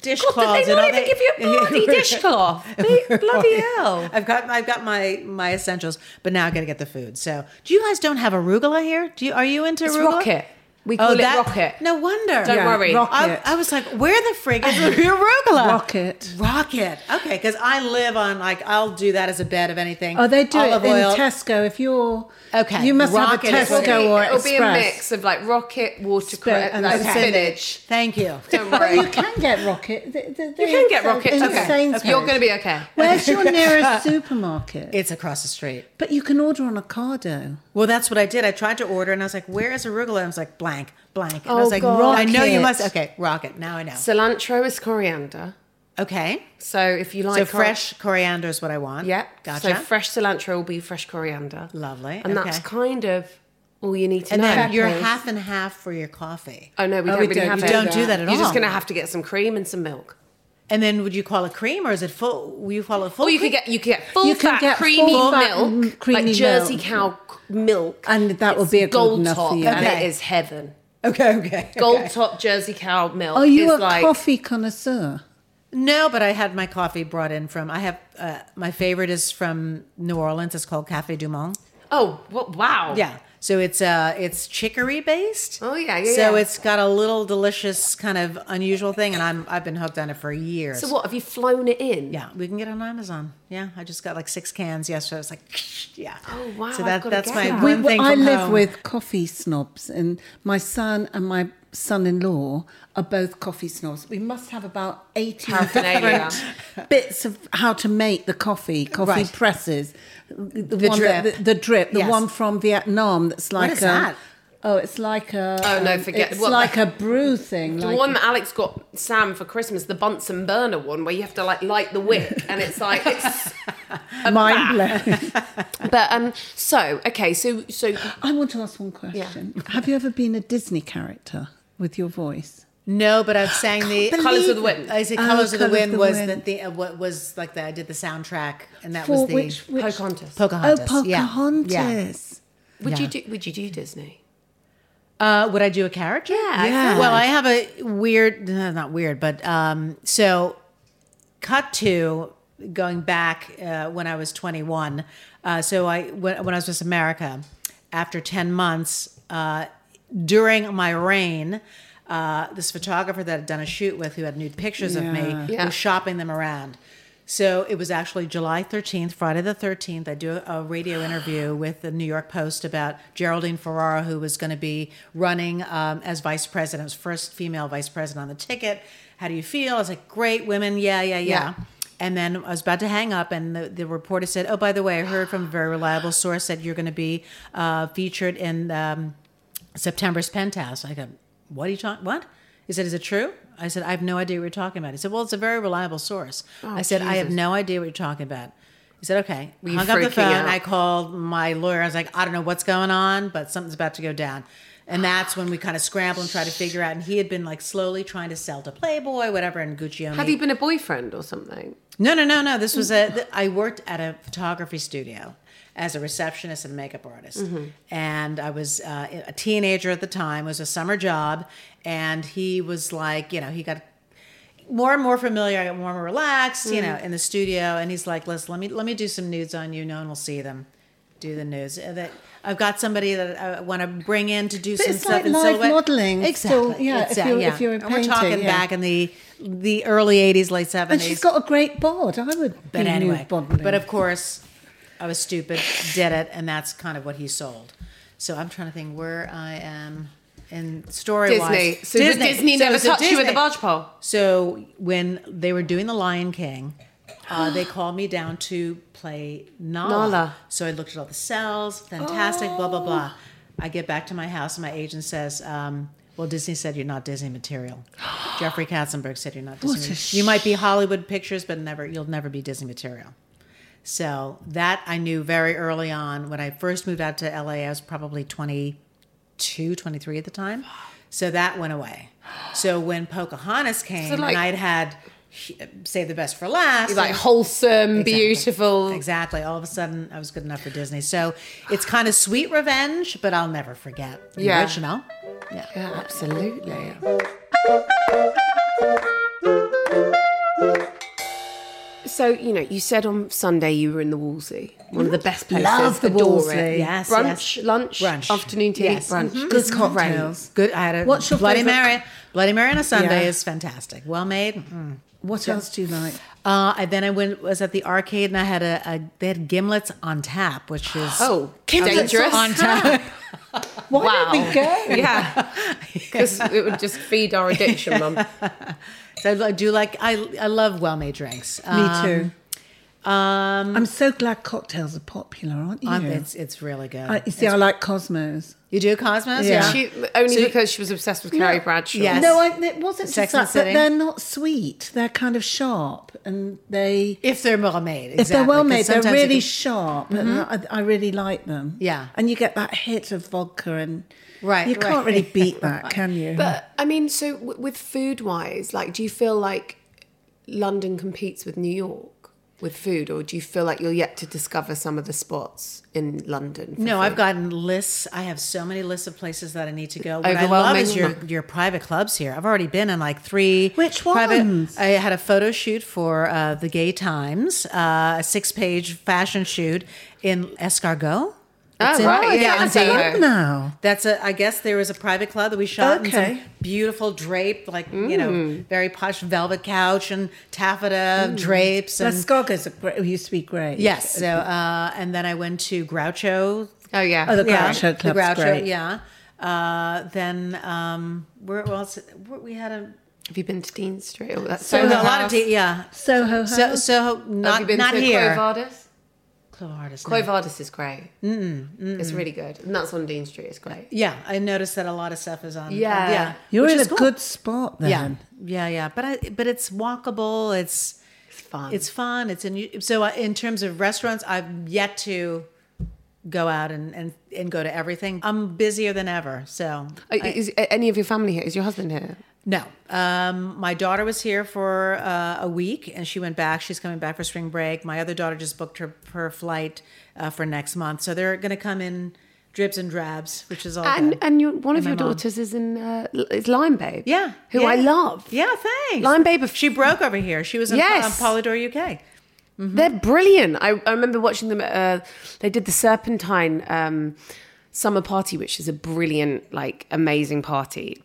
Speaker 3: dishcloths.
Speaker 5: God, did they not
Speaker 3: and all
Speaker 5: even
Speaker 3: that-
Speaker 5: give you a bloody dishcloth? They- bloody hell.
Speaker 3: I've got I've got my my essentials, but now I gotta get the food. So do you guys don't have arugula here? Do you are you into
Speaker 1: It's
Speaker 3: arugula? Oh,
Speaker 1: rocket. We call it rocket.
Speaker 3: No wonder.
Speaker 1: Don't worry.
Speaker 3: I,
Speaker 2: Rocket.
Speaker 3: I was like, where the frig is the arugula?
Speaker 2: Rocket.
Speaker 3: Rocket. Okay, because I live on like I'll do that as a bed of anything.
Speaker 2: Oh, they do
Speaker 3: Olive
Speaker 2: it in
Speaker 3: oil.
Speaker 2: Tesco. If you're
Speaker 3: Okay,
Speaker 2: you must
Speaker 3: rocket is
Speaker 2: have a
Speaker 3: what
Speaker 2: Tesco
Speaker 3: it-
Speaker 2: or
Speaker 1: it'll be a
Speaker 2: Express.
Speaker 1: mix of like rocket,
Speaker 2: Spin-
Speaker 1: watercress,
Speaker 2: and
Speaker 1: like
Speaker 2: okay.
Speaker 1: spinach.
Speaker 3: Thank you.
Speaker 1: Don't
Speaker 2: But
Speaker 1: worry.
Speaker 2: you can get rocket. They, they,
Speaker 1: You can get rocket.
Speaker 2: In
Speaker 1: Okay.
Speaker 2: Sainsbury's.
Speaker 1: You're going to be okay.
Speaker 2: Where's your nearest supermarket?
Speaker 3: It's across the street.
Speaker 2: but you can order on Ocado.
Speaker 3: Well, that's what I did. I tried to order and I was like, where is arugula? And I was like, blank, blank. And I was like,
Speaker 1: God.
Speaker 3: I know you
Speaker 2: Oh, Rocket.
Speaker 3: must. Okay, rocket. Now I know.
Speaker 1: Cilantro is coriander.
Speaker 3: okay.
Speaker 1: So if you like
Speaker 3: So
Speaker 1: cor-
Speaker 3: fresh coriander is what I want.
Speaker 1: yeah,
Speaker 3: Gotcha.
Speaker 1: So fresh cilantro will be fresh coriander.
Speaker 3: Lovely,
Speaker 1: and that's
Speaker 3: okay.
Speaker 1: kind of all you need to
Speaker 3: and
Speaker 1: know.
Speaker 3: then you're
Speaker 2: Peppers.
Speaker 3: half and half for your coffee.
Speaker 1: oh no, we
Speaker 2: Oh,
Speaker 1: don't
Speaker 2: we
Speaker 1: really
Speaker 2: don't-
Speaker 1: have
Speaker 2: you
Speaker 1: it.
Speaker 3: don't do that at
Speaker 1: You're just
Speaker 3: all.
Speaker 1: going to have to get some cream and some milk.
Speaker 3: And then would you call it cream or is it full? Will you call it full?
Speaker 5: Or you could
Speaker 3: cream?
Speaker 5: get you could get full
Speaker 2: Oh, You can
Speaker 5: fat
Speaker 2: get
Speaker 5: creamy
Speaker 2: full fat
Speaker 5: milk,
Speaker 2: and creamy
Speaker 5: like Jersey
Speaker 2: milk.
Speaker 5: cow c- milk,
Speaker 2: And that will
Speaker 5: It's
Speaker 2: be a good
Speaker 5: gold
Speaker 2: enough
Speaker 5: top,
Speaker 2: for you.
Speaker 5: and
Speaker 3: Okay.
Speaker 5: it is heaven.
Speaker 3: Okay, okay.
Speaker 5: Gold top Jersey cow milk.
Speaker 2: Are Oh, you
Speaker 5: is
Speaker 2: a
Speaker 5: like,
Speaker 2: coffee connoisseur?
Speaker 3: No, but I had my coffee brought in from. I have uh, my favorite is from New Orleans. It's called Cafe Du Monde.
Speaker 5: Oh, wha- wow!
Speaker 3: Yeah. So it's uh it's chicory based.
Speaker 5: Oh, yeah, yeah,
Speaker 3: So
Speaker 5: yeah.
Speaker 3: it's got a little delicious kind of unusual thing, and I'm I've been hooked on it for years.
Speaker 5: So what have you flown it in?
Speaker 3: Yeah, we can get it on Amazon. Yeah, I just got like six cans yesterday. I was like, yeah. Oh
Speaker 5: wow,
Speaker 3: So
Speaker 5: I've
Speaker 3: that,
Speaker 5: gotta
Speaker 3: that's
Speaker 5: get
Speaker 3: my
Speaker 5: that.
Speaker 2: We,
Speaker 3: one thing.
Speaker 2: I
Speaker 3: from
Speaker 2: live
Speaker 3: home.
Speaker 2: with coffee snobs, and my son and my son-in-law are both coffee snobs. We must have about eighteen
Speaker 1: Paraphernalia.
Speaker 2: different bits of how to make the coffee, coffee
Speaker 3: Right.
Speaker 2: presses, the, one that-
Speaker 3: drip.
Speaker 2: the, the drip, the
Speaker 3: Yes.
Speaker 2: one from Vietnam that's like
Speaker 3: is
Speaker 2: a.
Speaker 3: that?
Speaker 2: Oh, it's like a.
Speaker 5: Oh, no,
Speaker 2: um,
Speaker 5: forget-
Speaker 2: It's
Speaker 5: what-
Speaker 2: like a brew thing.
Speaker 5: The
Speaker 2: like-
Speaker 5: one that Alex got Sam for Christmas, the Bunsen burner one, where you have to like light the wick, and it's like it's a
Speaker 2: mind
Speaker 5: bat.
Speaker 2: blowing.
Speaker 5: But um, so okay, so so
Speaker 2: I want to ask one question. Have you ever been a Disney character with your voice?
Speaker 3: No, but I've sang the
Speaker 5: Colours of the Wind.
Speaker 3: I said
Speaker 2: Oh,
Speaker 3: Colors of the
Speaker 2: Colours of
Speaker 3: Wind
Speaker 2: the
Speaker 3: was
Speaker 2: Wind.
Speaker 3: the, the uh, what was like the I did the soundtrack, and that
Speaker 2: For
Speaker 3: was the
Speaker 2: which, which
Speaker 5: Pocahontas.
Speaker 2: Oh,
Speaker 3: Pocahontas. Yeah.
Speaker 2: Pocahontas.
Speaker 3: Yeah.
Speaker 5: Would
Speaker 3: Yeah.
Speaker 5: you do? Would you do Disney?
Speaker 3: Uh, would I do a character?
Speaker 5: Yeah, I
Speaker 2: Yeah. feel
Speaker 3: Well, I have a weird, uh, not weird, but um, so cut to going back uh, when I was 21. Uh, so I when, when I was Miss America, after 10 months, uh, during my reign, uh, this photographer that I'd done a shoot with, who had nude pictures of
Speaker 2: Yeah.
Speaker 3: me,
Speaker 5: Yeah.
Speaker 3: was shopping them around. So it was actually July 13th, Friday the 13th. I do a, a radio interview with the New York Post about Geraldine Ferrara, who was going to be running um, as vice president, was first female vice president on the ticket. How do you feel? I was like, great women. Yeah, yeah, yeah. And then I was about to hang up, and the, the reporter said, Oh, by the way, I heard from a very reliable source that you're going to be uh, featured in um, September's penthouse. I go, what are you talking? What? He said, is it true? I said, I have no idea what you're talking about. He said, well, it's a very reliable source.
Speaker 5: Oh,
Speaker 3: I said, I have no idea what you're talking about. He said, okay.
Speaker 5: you
Speaker 3: Hung up the
Speaker 5: freaking
Speaker 3: phone.
Speaker 5: out?
Speaker 3: I called my lawyer. I was like, I don't know what's going on, but something's about to go down. And that's when we kind of scramble and try to figure out. And he had been like slowly trying to sell to Playboy, whatever, and Gucci.
Speaker 5: Have you been a boyfriend or something?
Speaker 3: No, no, no, no. This was a. th- I worked at a photography studio as a receptionist and makeup artist,
Speaker 2: Mm-hmm.
Speaker 3: and I was uh, a teenager at the time. It was a summer job, and he was like, you know, he got more and more familiar. I got more and more relaxed, you
Speaker 2: Mm.
Speaker 3: know, in the studio, and he's like, "Listen, let me let me do some nudes on you. No one will see them. Do the nudes Uh, that." I've got somebody that I want to bring in to do
Speaker 2: But
Speaker 3: some
Speaker 2: it's
Speaker 3: stuff
Speaker 2: like
Speaker 3: in
Speaker 2: live
Speaker 3: silhouette.
Speaker 2: modeling
Speaker 3: Exactly.
Speaker 2: still, yeah, if
Speaker 3: exactly.
Speaker 2: you're- if you're
Speaker 3: and we're
Speaker 2: painting,
Speaker 3: talking
Speaker 2: yeah.
Speaker 3: back in the the early '80s, late '70s.
Speaker 2: And she's got a great bod. I would
Speaker 3: But
Speaker 2: be
Speaker 3: anyway,
Speaker 2: nude modelling.
Speaker 3: but of course, I was stupid, did it, and that's kind of what he sold. So I'm trying to think where I am in story wise.
Speaker 5: Disney. So did Disney never touch you with a barge pole?
Speaker 3: So when they were doing The Lion King, uh, they called me down to play Nala.
Speaker 1: Nala.
Speaker 3: So I looked at all the cells, fantastic, blah, blah,
Speaker 5: Oh.
Speaker 3: blah. I get back to my house and my agent says, um, well, Disney said you're not Disney material. Jeffrey Katzenberg said you're not Disney.
Speaker 2: a
Speaker 3: material. you might be Hollywood pictures, but never you'll never be Disney material. So that I knew very early on when I first moved out to LA. I was probably 22, 23 at the time. So that went away. So when Pocahontas came,
Speaker 5: So, like-
Speaker 3: and I'd had Save the Best for Last.
Speaker 5: Like wholesome, beautiful.
Speaker 3: Exactly. All of a sudden, I was good enough for Disney. So it's kind of sweet revenge, but I'll never forget.
Speaker 5: Yeah.
Speaker 3: Oh, Original.
Speaker 1: Yeah, absolutely. So you know, you said on Sunday you were in the Wolsey, one of the best places.
Speaker 2: Love the
Speaker 1: Adore
Speaker 2: Wolsey.
Speaker 1: it.
Speaker 3: Yes,
Speaker 1: brunch,
Speaker 3: yes.
Speaker 1: lunch,
Speaker 3: Brunch.
Speaker 1: afternoon tea,
Speaker 3: Yes.
Speaker 1: brunch.
Speaker 3: Mhm.
Speaker 2: Good cocktails.
Speaker 3: Good. I had a
Speaker 2: What's your
Speaker 3: Bloody
Speaker 2: favourite-
Speaker 3: Mary. Bloody Mary on a Sunday
Speaker 2: Yeah.
Speaker 3: is fantastic. Well made. Mm.
Speaker 2: What else do you like?
Speaker 3: Uh, and then I went was at the arcade and I had a, a they had gimlets on tap, which is
Speaker 1: Oh,
Speaker 5: Dangerous.
Speaker 1: dangerous.
Speaker 3: on tap.
Speaker 2: Why don't we go?
Speaker 1: Yeah,
Speaker 5: Because it would just feed our addiction, mum.
Speaker 3: so I do like I I love well made drinks.
Speaker 2: Me too. Um, I'm so glad cocktails are popular, aren't you?
Speaker 3: Um, It's it's really good.
Speaker 2: I, you see, I like Cosmos.
Speaker 3: you do Cosmos?
Speaker 2: Uh, Yeah.
Speaker 3: Yeah.
Speaker 1: she, only because she was obsessed with Carrie Bradshaw.
Speaker 3: Yes.
Speaker 2: No, I, it wasn't
Speaker 3: Sex
Speaker 2: just that,
Speaker 3: and the
Speaker 2: but
Speaker 3: City.
Speaker 2: they're not sweet. They're kind of sharp, and they
Speaker 3: If they're well made. Exactly.
Speaker 2: if they're well
Speaker 3: 'cause
Speaker 2: made, they're
Speaker 3: sometimes you
Speaker 2: really
Speaker 3: can- Mm-hmm.
Speaker 2: sharp, and I, I really like them.
Speaker 3: Yeah.
Speaker 2: and you get that hit of vodka, and
Speaker 3: Right,
Speaker 2: you
Speaker 3: right.
Speaker 2: can't really beat that, can you?
Speaker 6: But I mean, so w- with food wise, like, do you feel like London competes with New York with food, or do you feel like you're yet to discover some of the spots in London? for
Speaker 3: No,
Speaker 6: food?
Speaker 3: I've gotten lists. I have so many lists of places that I need to go. What I love
Speaker 6: Overwhelming.
Speaker 3: is your, your private clubs here. I've already been in like three.
Speaker 2: Which
Speaker 3: private-
Speaker 2: ones?
Speaker 3: I had a photo shoot for uh, the Gay Times, uh, a six page fashion shoot in Escargot. It's in-
Speaker 6: Oh, right,
Speaker 3: yeah,
Speaker 6: yeah,
Speaker 3: on
Speaker 6: that's a-
Speaker 3: Dayton.
Speaker 2: But now,
Speaker 3: That's a. I guess there was a private club that we shot. in some
Speaker 2: Okay.
Speaker 3: beautiful drape, like you know, very posh velvet couch and taffeta drapes. And
Speaker 2: Lascaga's a great. Used to be great.
Speaker 3: yes. So uh, and then I went to Groucho.
Speaker 6: Oh yeah.
Speaker 2: Oh, the
Speaker 3: Yeah,
Speaker 2: Groucho Club's
Speaker 3: the Groucho,
Speaker 2: great.
Speaker 3: yeah. Uh, then um, where else? Where, we had a
Speaker 6: Have you been to Dean Street? Oh, that's
Speaker 3: so a
Speaker 6: so
Speaker 3: lot of tea, yeah.
Speaker 2: Soho House.
Speaker 3: So so
Speaker 6: Uh-huh. Have
Speaker 3: not
Speaker 6: you been
Speaker 3: not
Speaker 6: to
Speaker 3: here.
Speaker 6: Covardis?
Speaker 3: Clovardis, no.
Speaker 6: Covardis is great. Mm-mm, It's really good, and that's on Dean Street. It's great.
Speaker 3: Yeah, I noticed that a lot of stuff is on.
Speaker 6: Yeah.
Speaker 3: yeah.
Speaker 2: You're
Speaker 3: which
Speaker 2: in
Speaker 3: is
Speaker 2: a
Speaker 3: cool.
Speaker 2: good spot then.
Speaker 3: Yeah, yeah, yeah. But I but it's walkable. It's
Speaker 6: It's fun.
Speaker 3: it's fun. It's in so uh, in terms of restaurants, I've yet to go out and and and go to everything. I'm busier than ever. So
Speaker 6: Uh, Is uh, any of your family here? Is your husband here?
Speaker 3: No. Um, my daughter was here for uh, a week and she went back. She's coming back for spring break. My other daughter just booked her, her flight uh, for next month. So they're going to come in dribs and drabs, which is all
Speaker 6: And
Speaker 3: good.
Speaker 6: and your, one of
Speaker 3: my
Speaker 6: your
Speaker 3: mom.
Speaker 6: daughters is in uh, L- is Lime Babe.
Speaker 3: yeah.
Speaker 6: who
Speaker 3: yeah.
Speaker 6: I love.
Speaker 3: Yeah, thanks.
Speaker 6: Lime Babe. Of,
Speaker 3: She broke over here. She was in
Speaker 6: Yes.
Speaker 3: um, Polydor, UK.
Speaker 6: They're brilliant. I, I remember watching them. At, uh, they did the Serpentine um, summer party, which is a brilliant, like, amazing party.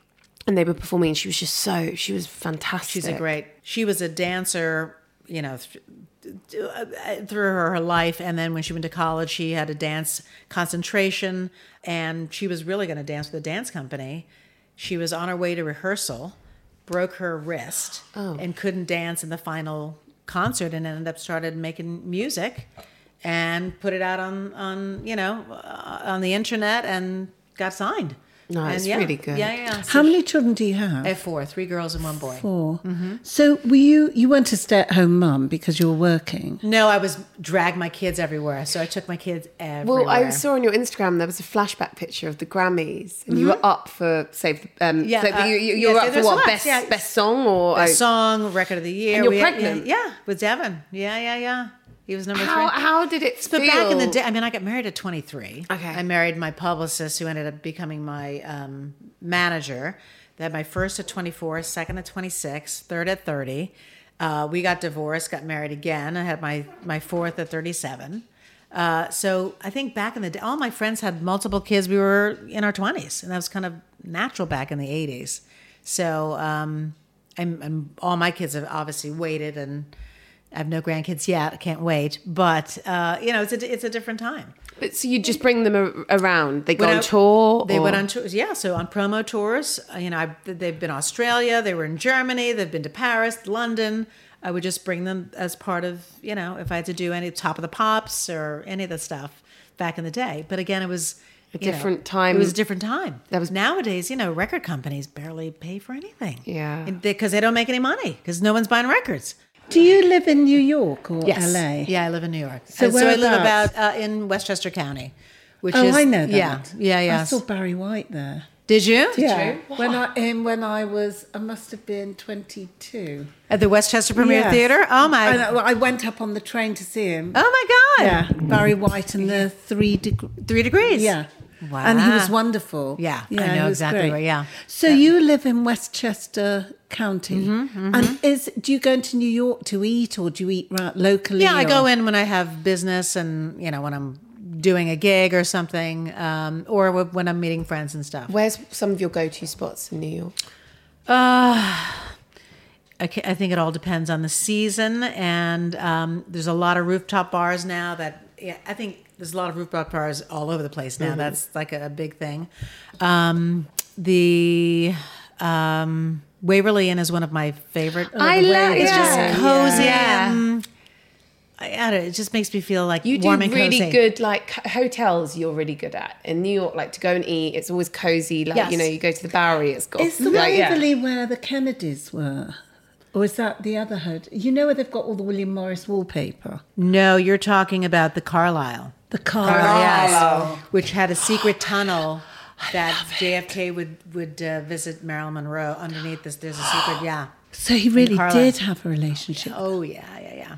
Speaker 6: And they were performing, and she was just so she was fantastic.
Speaker 3: She's a great. She was a dancer, you know, th- th- through her, her life, and then when she went to college, she had a dance concentration, and she was really going to dance with a dance company. She was on her way to rehearsal, broke her wrist, and couldn't dance in the final concert, and ended up started making music, and put it out on on you know uh, on the internet, and got signed.
Speaker 6: No,
Speaker 3: And
Speaker 6: it's
Speaker 3: yeah,
Speaker 6: really good.
Speaker 3: Yeah, yeah. So
Speaker 2: How many children do you have?
Speaker 3: I have four, three girls and one boy.
Speaker 2: 4
Speaker 3: Mm-hmm.
Speaker 2: So were you you weren't a stay at home mum because you were working.
Speaker 3: No, I was drag my kids everywhere. So I took my kids everywhere.
Speaker 6: Well, I saw on your Instagram there was a flashback picture of the Grammys, and you were up for save. the- Um,
Speaker 3: Mm-hmm. Yeah,
Speaker 6: yeah,
Speaker 3: uh,
Speaker 6: you, you,
Speaker 3: yeah,
Speaker 6: are
Speaker 3: Save
Speaker 6: up
Speaker 3: the
Speaker 6: for what
Speaker 3: Celeste,
Speaker 6: best
Speaker 3: yeah.
Speaker 6: best song or
Speaker 3: a
Speaker 6: oh,
Speaker 3: song record of the year.
Speaker 6: And you're
Speaker 3: We had-
Speaker 6: pregnant?
Speaker 3: yeah, yeah, with Devin. Yeah, yeah, yeah. He was number
Speaker 6: How
Speaker 3: three.
Speaker 6: how did it
Speaker 3: but
Speaker 6: feel?
Speaker 3: back in the day, I mean, I got married at 23.
Speaker 6: Okay.
Speaker 3: I married my publicist who ended up becoming my um, manager. That my first at 24, second at 26, third at 30. Uh, we got divorced, got married again. I had my, my fourth at 37. Uh, so I think back in the day, all my friends had multiple kids. We were in our 20s, and that was kind of natural back in the 80s. So, um, and, and all my kids have obviously waited and I have no grandkids yet. I can't wait. But uh, you know, it's a it's a different time.
Speaker 6: But so you just bring them a- around. They go
Speaker 3: When
Speaker 6: on
Speaker 3: I-
Speaker 6: tour.
Speaker 3: They
Speaker 6: or-
Speaker 3: went on tours. Yeah, so on promo tours. uh, You know, I, they've been Australia. They were in Germany. They've been to Paris, London. I would just bring them as part of you know if I had to do any top of the pops or any of the stuff back in the day. But again, it was. A
Speaker 6: different time.
Speaker 3: It was a different time. That
Speaker 6: was-
Speaker 3: was nowadays. You know, record companies barely pay for anything.
Speaker 6: Yeah.
Speaker 3: because they don't make any money because no one's buying records.
Speaker 2: Do you live in New York or LA?
Speaker 3: Yeah, I live in New York.
Speaker 2: So
Speaker 3: So, so I live
Speaker 2: whereabouts?
Speaker 3: about uh, in Westchester County, which
Speaker 2: Oh,
Speaker 3: is
Speaker 2: I know that.
Speaker 3: Yeah, yeah, yeah.
Speaker 2: I saw Barry White there.
Speaker 3: Did you?
Speaker 2: yeah. When I um, when I was, I must have been twenty two.
Speaker 3: At the Westchester Premier Theater. Oh my!
Speaker 2: I, I went up on the train to see him.
Speaker 3: Oh my God!
Speaker 2: Yeah, Barry White and the three degrees.
Speaker 3: Three degrees.
Speaker 2: Yeah. And he was
Speaker 3: Wow.
Speaker 2: wonderful.
Speaker 3: Yeah, I know
Speaker 2: he was
Speaker 3: exactly
Speaker 2: great.
Speaker 3: where- yeah. Mm-hmm,
Speaker 2: So you live in Westchester County, and is do you go into New York to eat, or do you eat ra- locally?
Speaker 3: Yeah, I
Speaker 2: or-
Speaker 3: go in when I have business and, you know, when I'm doing a gig or something, um, or wh- when I'm meeting friends and stuff.
Speaker 1: Where's some of your go-to spots in New York?
Speaker 3: I, ca- I think it all depends on the season, and um, there's a lot of rooftop bars now. That yeah, I think there's a lot of rooftop bars all over the place now. That's like a, a big thing. Um, the um, Waverly Inn is one of my favorite.
Speaker 1: I love
Speaker 3: It's
Speaker 1: yeah.
Speaker 3: just cozy.
Speaker 1: Yeah.
Speaker 3: and, I, I don't, know, it just makes me feel like
Speaker 1: You do
Speaker 3: warm and
Speaker 1: really
Speaker 3: cozy.
Speaker 1: good, like h- hotels. You're really good at in New York, like to go and eat. It's always cozy. Like
Speaker 3: Yes.
Speaker 1: you know, you go to the Bowery. It's got
Speaker 2: Is the
Speaker 1: like, yeah.
Speaker 2: Waverly where the Kennedys were, or is that the other hood? You know where they've got all the William Morris wallpaper,
Speaker 3: No, you're talking about the Carlisle.
Speaker 2: the car.
Speaker 3: Yes, which had a secret tunnel that JFK would would uh, visit Marilyn Monroe underneath this. There's a secret, yeah.
Speaker 2: So he really
Speaker 3: Carlisle.
Speaker 2: did have a relationship.
Speaker 3: Oh yeah, yeah, yeah,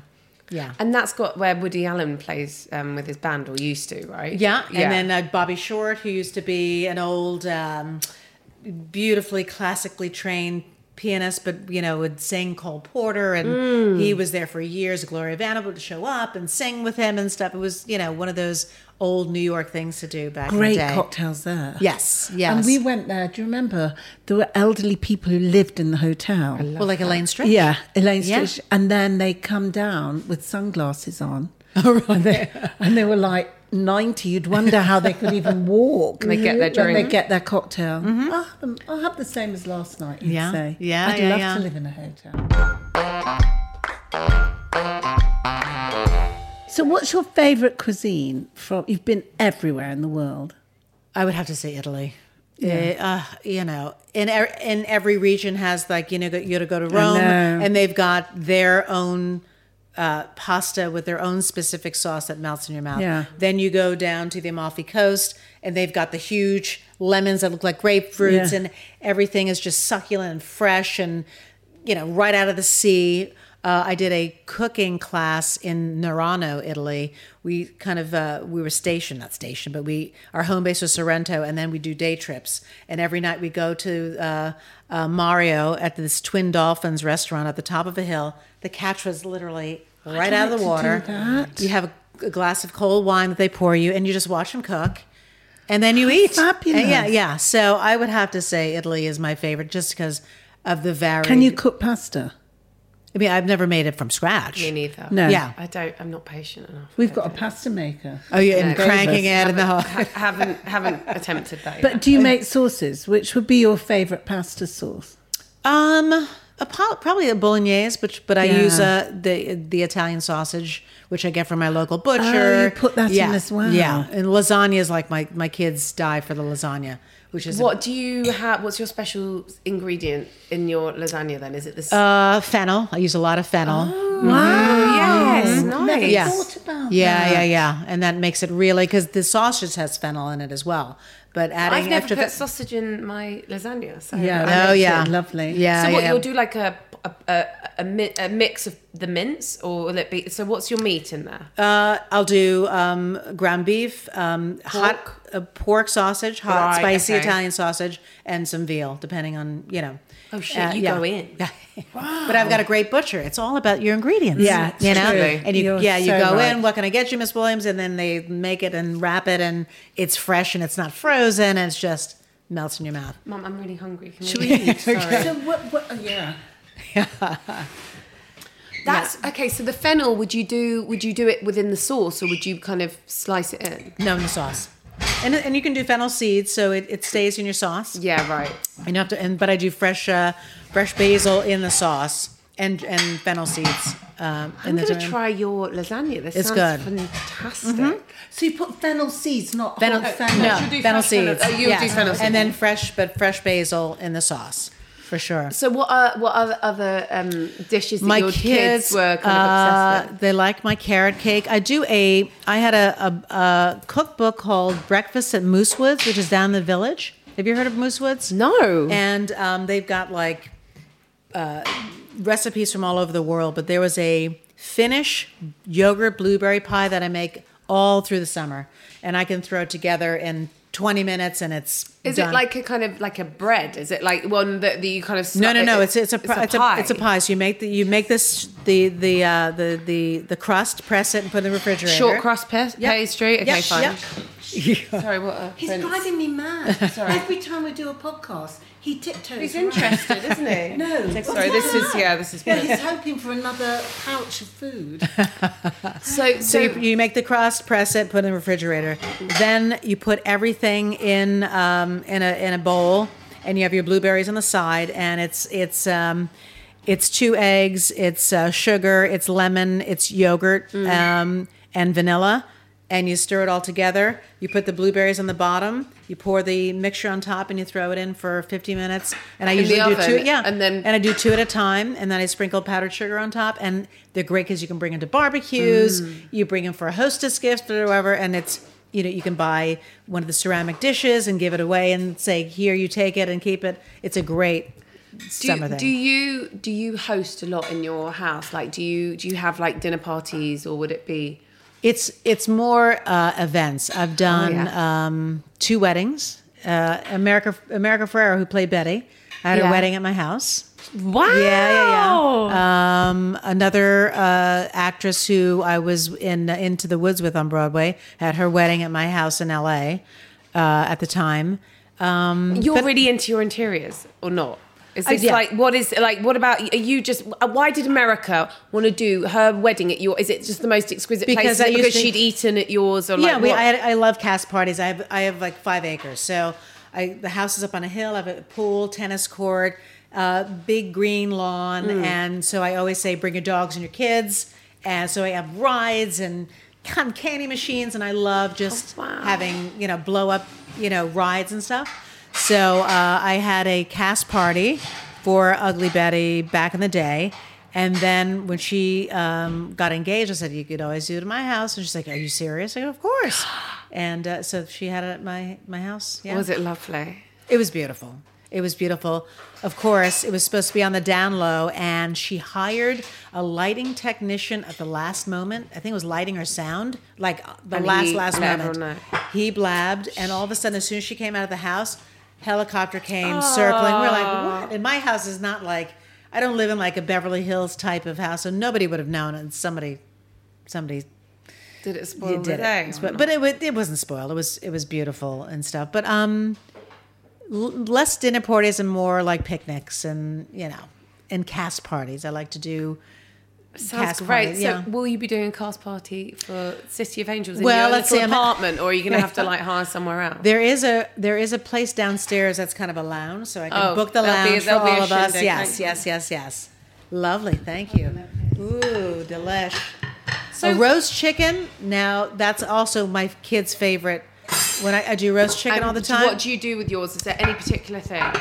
Speaker 3: yeah,
Speaker 1: And that's got where Woody Allen plays um, with his band, or used to, right?
Speaker 3: yeah. And then uh, Bobby Short, who used to be an old, um, beautifully classically trained pianist, but you know would sing Cole Porter, and
Speaker 2: Mm.
Speaker 3: he was there for years. Gloria Vanna would show up and sing with him and stuff. It was you know one of those old New York things to do back in
Speaker 2: Great
Speaker 3: the day.
Speaker 2: cocktails there.
Speaker 3: Yes, yes.
Speaker 2: And we went there. Do you remember? There were elderly people who lived in the hotel.
Speaker 3: well, like Elaine Stritch.
Speaker 2: Yeah, Elaine
Speaker 3: Yeah.
Speaker 2: Stritch. And then they come down with sunglasses on.
Speaker 3: Oh,
Speaker 2: and, they, and they were like 90. You'd wonder how they could even walk.
Speaker 1: They get their
Speaker 2: But They
Speaker 1: drink.
Speaker 2: get their cocktail. Ah, um, I'll have the same as last night, you'd
Speaker 3: Mm-hmm. Yeah,
Speaker 2: say.
Speaker 3: yeah,
Speaker 2: I'd
Speaker 3: yeah,
Speaker 2: love
Speaker 3: yeah.
Speaker 2: to live in a hotel. So what's your favourite cuisine from, you've been everywhere in the world.
Speaker 3: I would have to say Italy. Yeah. Uh, you know, and er- and every region has like you know you got to go to Rome,
Speaker 2: know.
Speaker 3: and they've got their own uh, pasta with their own specific sauce that melts in your mouth.
Speaker 2: Yeah.
Speaker 3: Then you go down to the Amalfi Coast, and they've got the huge lemons that look like grapefruits,
Speaker 2: Yeah.
Speaker 3: and everything is just succulent and fresh, and you know, right out of the sea. Uh, I did a cooking class in Nerano, Italy. We kind of uh, we were stationed, not stationed, but we our home base was Sorrento, and then we do day trips. And every night we go to uh, uh, Mario at this Twin Dolphins restaurant at the top of a hill. The catch was literally right out of the water. You have a, a glass of cold wine that they pour you, and you just watch them cook. And then you eat.
Speaker 2: fabulous.
Speaker 3: yeah, yeah. So I would have to say Italy is my favorite just because of the varied.
Speaker 2: Can you cook pasta?
Speaker 3: I mean, I've never made it from scratch.
Speaker 1: me neither.
Speaker 2: No.
Speaker 3: Yeah.
Speaker 1: I don't. I'm not patient enough.
Speaker 2: We've got a pasta maker.
Speaker 3: Oh, yeah, and cranking it and the whole.
Speaker 1: Ha- haven't haven't attempted that.
Speaker 2: But
Speaker 1: But
Speaker 2: do you make sauces? Which would be your favourite pasta sauce?
Speaker 3: Um, a po- probably a bolognese, but but I use
Speaker 2: Yeah.
Speaker 3: uh, the the Italian sausage, which I get from my local butcher.
Speaker 2: Oh, you put that in
Speaker 3: yeah.
Speaker 2: as well.
Speaker 3: Yeah, and lasagna is like my my kids die for the lasagna, which is
Speaker 1: what do you have? What's your special ingredient in your lasagna? Then is it this?
Speaker 3: uh, fennel. I use a lot of fennel.
Speaker 1: Oh, Ah. yes,
Speaker 2: Never
Speaker 1: nice.
Speaker 3: Yeah.
Speaker 2: thought about
Speaker 3: yeah,
Speaker 2: that.
Speaker 3: yeah, yeah, and that makes it really because the sausage has fennel in it as well. But adding
Speaker 1: I've never
Speaker 3: extra
Speaker 1: put
Speaker 3: fe-
Speaker 1: sausage in my lasagna. So
Speaker 2: Yeah,
Speaker 1: I
Speaker 2: that
Speaker 3: oh
Speaker 2: makes
Speaker 3: yeah,
Speaker 2: it lovely.
Speaker 3: Yeah,
Speaker 1: So what
Speaker 3: yeah.
Speaker 1: you'll do like a a, a, a, mi- a mix of the mince, or will it be? So what's your meat in there?
Speaker 3: Uh, I'll do um, ground beef, um, hot uh, pork sausage, hot
Speaker 1: Right,
Speaker 3: spicy
Speaker 1: okay.
Speaker 3: Italian sausage, and some veal, depending on you know. Uh,
Speaker 1: Oh, shit, you go in.
Speaker 3: But I've got a great butcher. It's all about your ingredients.
Speaker 2: Yeah, it's
Speaker 3: you know,
Speaker 2: true.
Speaker 3: and you
Speaker 2: You're
Speaker 3: yeah you
Speaker 2: so
Speaker 3: go
Speaker 2: right.
Speaker 3: in. What can I get you, Miss Williams? And then they make it and wrap it, and it's fresh and it's not frozen. And it's just melts in your mouth.
Speaker 1: Mum, I'm really hungry. Can
Speaker 2: Should
Speaker 1: we?
Speaker 2: we eat? Sorry. So what, what, oh, yeah.
Speaker 1: That's okay. So the fennel, would you do? Would you do it within the sauce, or would you kind of slice it in?
Speaker 3: No, in the sauce. And, and you can do fennel seeds, so it, it stays in your sauce.
Speaker 1: Yeah, right.
Speaker 3: And you have to, and but I do fresh, uh, fresh basil in the sauce and and fennel seeds. Um,
Speaker 1: I'm
Speaker 3: in the
Speaker 1: gonna
Speaker 3: thyme.
Speaker 1: try your lasagna. This
Speaker 3: It's
Speaker 1: sounds
Speaker 3: good. Mm-hmm.
Speaker 1: fantastic.
Speaker 2: So you put fennel seeds, not
Speaker 3: fennel,
Speaker 2: whole
Speaker 3: Uh, no
Speaker 2: fennel.
Speaker 3: fennel
Speaker 1: fresh fennel-
Speaker 3: seeds.
Speaker 1: oh, you'll do fennel seeds.
Speaker 3: and then fresh, but fresh basil in the sauce for sure.
Speaker 1: So what are what are the other um, dishes that
Speaker 3: my
Speaker 1: your
Speaker 3: kids,
Speaker 1: kids, were kind of
Speaker 3: uh,
Speaker 1: obsessed with?
Speaker 3: They like my carrot cake. I do a. I had a, a, a cookbook called Breakfast at Moosewoods, which is down in the village. Have you heard of Moosewoods?
Speaker 1: No.
Speaker 3: And um, they've got like uh, recipes from all over the world. But there was a Finnish yogurt blueberry pie that I make all through the summer, and I can throw it together in 20 minutes and it's
Speaker 1: Is
Speaker 3: done.
Speaker 1: it like a kind of like a bread? Is it like one that, that you kind of
Speaker 3: no
Speaker 1: sli-
Speaker 3: no
Speaker 1: it-
Speaker 3: no it's it's a pri- it's a pie. it's a
Speaker 1: pie?
Speaker 3: pie so you make the you make this the the uh the the the crust press it and put it in the refrigerator
Speaker 1: short crust pa- pastry? Okay,
Speaker 3: Yep,
Speaker 1: fine.
Speaker 3: yep.
Speaker 1: Sorry, what? A
Speaker 2: He's
Speaker 1: prince.
Speaker 2: driving me mad. Every time we do a podcast, he tiptoes.
Speaker 7: He's
Speaker 2: around.
Speaker 7: interested, isn't he?
Speaker 2: No. what's
Speaker 1: Sorry, this
Speaker 2: that?
Speaker 1: is yeah, this is.
Speaker 2: Yeah, he's hoping for another pouch of food.
Speaker 1: So
Speaker 3: So
Speaker 1: so
Speaker 3: you, you make the crust, press it, put it in the refrigerator. Then you put everything in um, in a in a bowl, and you have your blueberries on the side. And it's it's um, it's two eggs, it's uh, sugar, it's lemon, it's yogurt, um, and vanilla. And you stir it all together. You put the blueberries on the bottom. You pour the mixture on top, and you throw it in for 50 minutes. And I
Speaker 1: In the
Speaker 3: usually do
Speaker 1: oven,
Speaker 3: two, yeah,
Speaker 1: and then-
Speaker 3: and I do two at a time, and then I sprinkle powdered sugar on top. And they're great because you can bring them to barbecues,
Speaker 1: Mm.
Speaker 3: you bring them for a hostess gift or whatever, and it's you know you can buy one of the ceramic dishes and give it away and say here you take it and keep it. It's a great
Speaker 1: do,
Speaker 3: summer
Speaker 1: you-
Speaker 3: thing.
Speaker 1: do you do you host a lot in your house? Like, do you do you have like dinner parties, or would it be?
Speaker 3: It's it's more uh, events. I've done
Speaker 1: Oh, yeah.
Speaker 3: um, two weddings. Uh, America America Ferrera, who played Betty, I had
Speaker 1: Yeah.
Speaker 3: a wedding at my house.
Speaker 7: Wow.
Speaker 3: Yeah, yeah, yeah. Um, another uh, actress who I was in uh, Into the Woods with on Broadway had her wedding at my house in L.A. Uh, at the time. Um,
Speaker 1: You're really into your interiors, or not?
Speaker 7: Is
Speaker 3: Uh,
Speaker 7: this
Speaker 3: yeah.
Speaker 7: like what is like? What about are you? Just uh, why did America want to do her wedding at your? Is it just the most exquisite
Speaker 3: Because
Speaker 7: place? Is
Speaker 3: I
Speaker 7: it because
Speaker 3: used to-
Speaker 7: she'd eaten at yours, or
Speaker 3: yeah,
Speaker 7: like
Speaker 3: we,
Speaker 7: what?
Speaker 3: I, had, I love cast parties. I have I have like five acres, so I the house is up on a hill. I have a pool, tennis court, uh, big green lawn,
Speaker 7: Hmm.
Speaker 3: and so I always say bring your dogs and your kids. And so I have rides and con- candy machines, and I love just
Speaker 7: Oh,
Speaker 3: having you know blow up you know rides and stuff. So uh, I had a cast party for Ugly Betty back in the day. And then when she um, got engaged, I said, "You could always do it at my house." And she's like, "Are you serious?" I go, "Of course." And uh, so she had it at my my house. Yeah,
Speaker 1: Was it lovely?
Speaker 3: It was beautiful. It was beautiful. Of course, it was supposed to be on the down low, and she hired a lighting technician at the last moment. I think it was lighting or sound, like uh, the
Speaker 1: And
Speaker 3: last
Speaker 1: he-
Speaker 3: last
Speaker 1: I
Speaker 3: moment.
Speaker 1: don't know.
Speaker 3: He blabbed, and all of a sudden, as soon as she came out of the house, helicopter came circling. We're like, what? And my house is not like I don't live in like a Beverly Hills type of house, so nobody would have known. And somebody, somebody
Speaker 1: Did it spoil
Speaker 3: did
Speaker 1: the day?
Speaker 3: it, but, but it wa- it wasn't spoiled. It was it was beautiful and stuff. But um, l- less dinner parties and more like picnics and you know and cast parties. I like to do.
Speaker 1: Sounds
Speaker 3: cast
Speaker 1: great.
Speaker 3: party,
Speaker 1: so,
Speaker 3: yeah.
Speaker 1: will you be doing a cast party for City of Angels
Speaker 3: Well,
Speaker 1: in your
Speaker 3: let's
Speaker 1: little
Speaker 3: see, I'm-
Speaker 1: apartment, or are you going to have to like hire somewhere else?
Speaker 3: There is a there is a place downstairs that's kind of a lounge, so I can
Speaker 1: Oh,
Speaker 3: book the
Speaker 1: there'll be-
Speaker 3: lounge for
Speaker 1: there'll be a
Speaker 3: all of us.
Speaker 1: shindig,
Speaker 3: Yes,
Speaker 1: thank
Speaker 3: yes, yes, yes. Lovely, thank you. Ooh, delish. So roast chicken. Now that's also my kids' favorite. When I, I do roast chicken
Speaker 1: And
Speaker 3: all the
Speaker 1: do-
Speaker 3: time.
Speaker 1: What do you do with yours? Is there any particular thing?
Speaker 3: Um,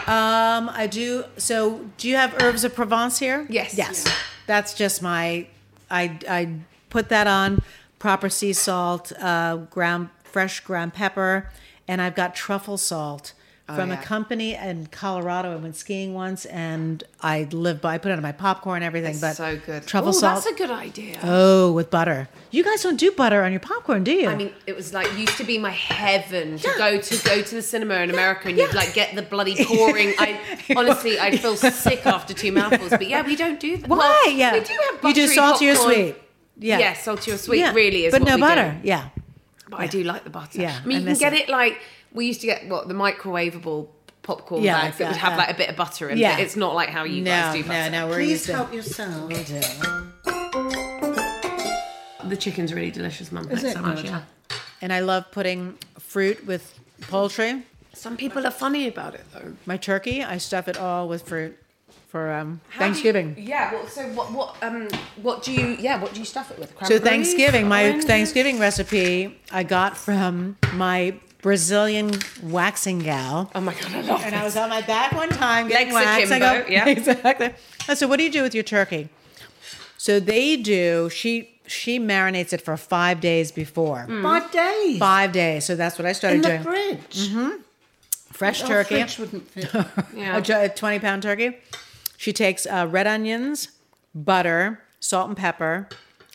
Speaker 3: I do. So, do you have herbs of Provence here?
Speaker 1: Yes.
Speaker 3: Yes. That's just my. I I put that on proper sea salt, uh, ground fresh ground pepper, and I've got truffle salt from
Speaker 1: Oh, yeah.
Speaker 3: a company in Colorado. I went skiing once, and I live by. I put it on my popcorn, and everything. but
Speaker 1: so good.
Speaker 3: Truffle
Speaker 1: Ooh,
Speaker 3: salt.
Speaker 1: That's a good idea.
Speaker 3: oh, with butter. You guys don't do butter on your popcorn, do you?
Speaker 1: I mean, it was like used to be my heaven to go to go to the cinema in America, and you'd
Speaker 3: yeah.
Speaker 1: like get the bloody pouring. I honestly, I'd feel sick after two mouthfuls. But yeah, we don't do that.
Speaker 3: why?
Speaker 1: Well,
Speaker 3: yeah.
Speaker 1: we do have
Speaker 3: you do
Speaker 1: buttery
Speaker 3: salty or
Speaker 1: popcorn.
Speaker 3: sweet. Yeah.
Speaker 1: Yeah, salty or sweet
Speaker 3: Yeah.
Speaker 1: really is.
Speaker 3: But
Speaker 1: what
Speaker 3: no
Speaker 1: we
Speaker 3: butter.
Speaker 1: Do.
Speaker 3: Yeah.
Speaker 1: But I do like the butter.
Speaker 3: Yeah,
Speaker 1: I mean,
Speaker 3: I
Speaker 1: you can
Speaker 3: miss
Speaker 1: get
Speaker 3: it.
Speaker 1: it. like we used to get what the microwavable popcorn
Speaker 3: Yeah,
Speaker 1: bags that would
Speaker 3: yeah,
Speaker 1: have
Speaker 3: yeah.
Speaker 1: like a bit of butter in.
Speaker 3: Yeah.
Speaker 1: but it's not like how you guys do butter.
Speaker 3: no, we're
Speaker 2: Please
Speaker 3: used to-
Speaker 2: help yourself.
Speaker 1: The chicken's really delicious, Mum. Thanks
Speaker 2: it
Speaker 1: so much.
Speaker 2: good?
Speaker 1: Yeah.
Speaker 3: And I love putting fruit with poultry.
Speaker 1: Some people are funny about it though.
Speaker 3: My turkey, I stuff it all with fruit for um,
Speaker 1: How do you-
Speaker 3: Thanksgiving.
Speaker 1: yeah. Well, so what? What? Um. What do you? Yeah. What do you stuff it with?
Speaker 3: so
Speaker 1: Cranberries,
Speaker 3: Thanksgiving, my
Speaker 1: oranges?
Speaker 3: Thanksgiving recipe I got from my Brazilian waxing gal.
Speaker 1: Oh my god, I love
Speaker 3: And
Speaker 1: it.
Speaker 3: I was on my back one time getting
Speaker 1: Legs
Speaker 3: waxed. I go,
Speaker 1: akimbo, yeah.
Speaker 3: exactly. I said, "What do you do with your turkey?" So they do. She she marinates it for five days before.
Speaker 2: Mm-hmm. Five days.
Speaker 3: Five days. So that's what I started
Speaker 2: In Mm. the
Speaker 3: doing.
Speaker 2: fridge.
Speaker 3: Fresh
Speaker 2: Our
Speaker 3: turkey.
Speaker 2: fridge wouldn't fit.
Speaker 3: a ju- a 20 pound turkey. She takes uh, red onions, butter, salt and pepper,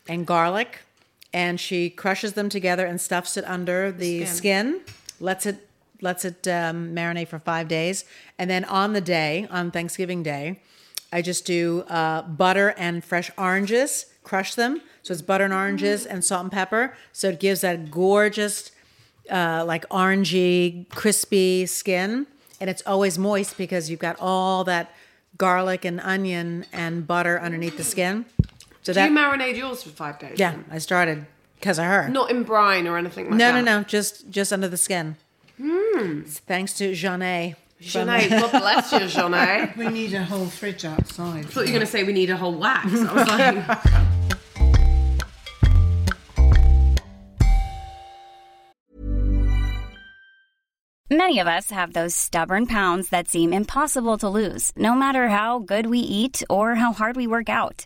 Speaker 3: and garlic, and she crushes them together and stuffs it under the skin, lets it lets it um, marinate for five days, and then on the day, on Thanksgiving Day, I just do uh, butter and fresh oranges, crush them. So it's butter
Speaker 6: Mm-hmm.
Speaker 3: and oranges and salt and pepper. So it gives that gorgeous, uh, like orangey, crispy skin, and it's always moist because you've got all that garlic and onion and butter underneath the skin. So
Speaker 6: Do
Speaker 3: that
Speaker 6: you marinate yours for five days?
Speaker 3: yeah, I started because of her.
Speaker 6: Not in brine or anything like
Speaker 3: No,
Speaker 6: that.
Speaker 3: no, no. Just just under the skin.
Speaker 6: Mm.
Speaker 3: It's Thanks to Jeanne.
Speaker 6: Janae, God bless you, Janae.
Speaker 2: We need a whole fridge outside.
Speaker 5: thought you were going to say we need a whole wax. I was like,
Speaker 8: Many of us have those stubborn pounds that seem impossible to lose, no matter how good we eat or how hard we work out.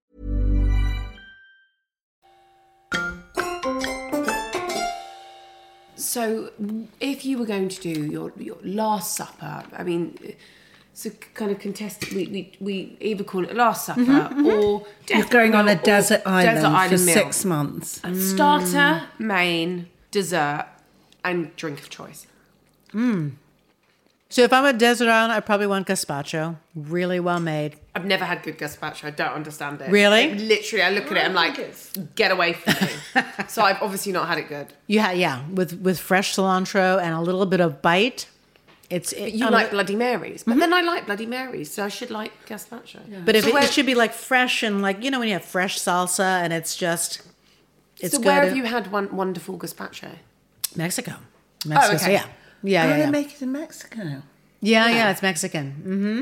Speaker 6: So, if you were going to do your, your Last Supper, I mean, it's a kind of contested. We, we, we either call it Last Supper or
Speaker 2: Mm-hmm, You're going on a desert island for six Mm. months.
Speaker 6: Starter, main, dessert, and drink of choice.
Speaker 3: So if I'm at desert island, I probably want gazpacho, really well made.
Speaker 5: I've never had good gazpacho. I don't understand it.
Speaker 3: Really?
Speaker 5: It- literally, I look at it.
Speaker 2: Oh,
Speaker 5: I'm like, get away from me. so I've obviously not had it good.
Speaker 3: Yeah, yeah, with with fresh cilantro and a little bit of bite. It's it,
Speaker 5: You
Speaker 3: um,
Speaker 5: like Bloody Marys,
Speaker 2: Mm-hmm.
Speaker 5: but then I like Bloody Marys, so I should like gazpacho.
Speaker 3: but if
Speaker 5: So
Speaker 3: it,
Speaker 5: where-
Speaker 3: it should be like fresh and like you know when you have fresh salsa and it's just it's
Speaker 5: so
Speaker 3: good.
Speaker 5: where have you had one wonderful gazpacho?
Speaker 3: Mexico, Mexico,
Speaker 5: Oh,
Speaker 3: so
Speaker 5: okay. Oh,
Speaker 3: yeah, yeah,
Speaker 2: How
Speaker 3: yeah,
Speaker 2: do
Speaker 3: yeah.
Speaker 2: they make it in Mexico?
Speaker 3: yeah, yeah, It's Mexican. Mm-hmm.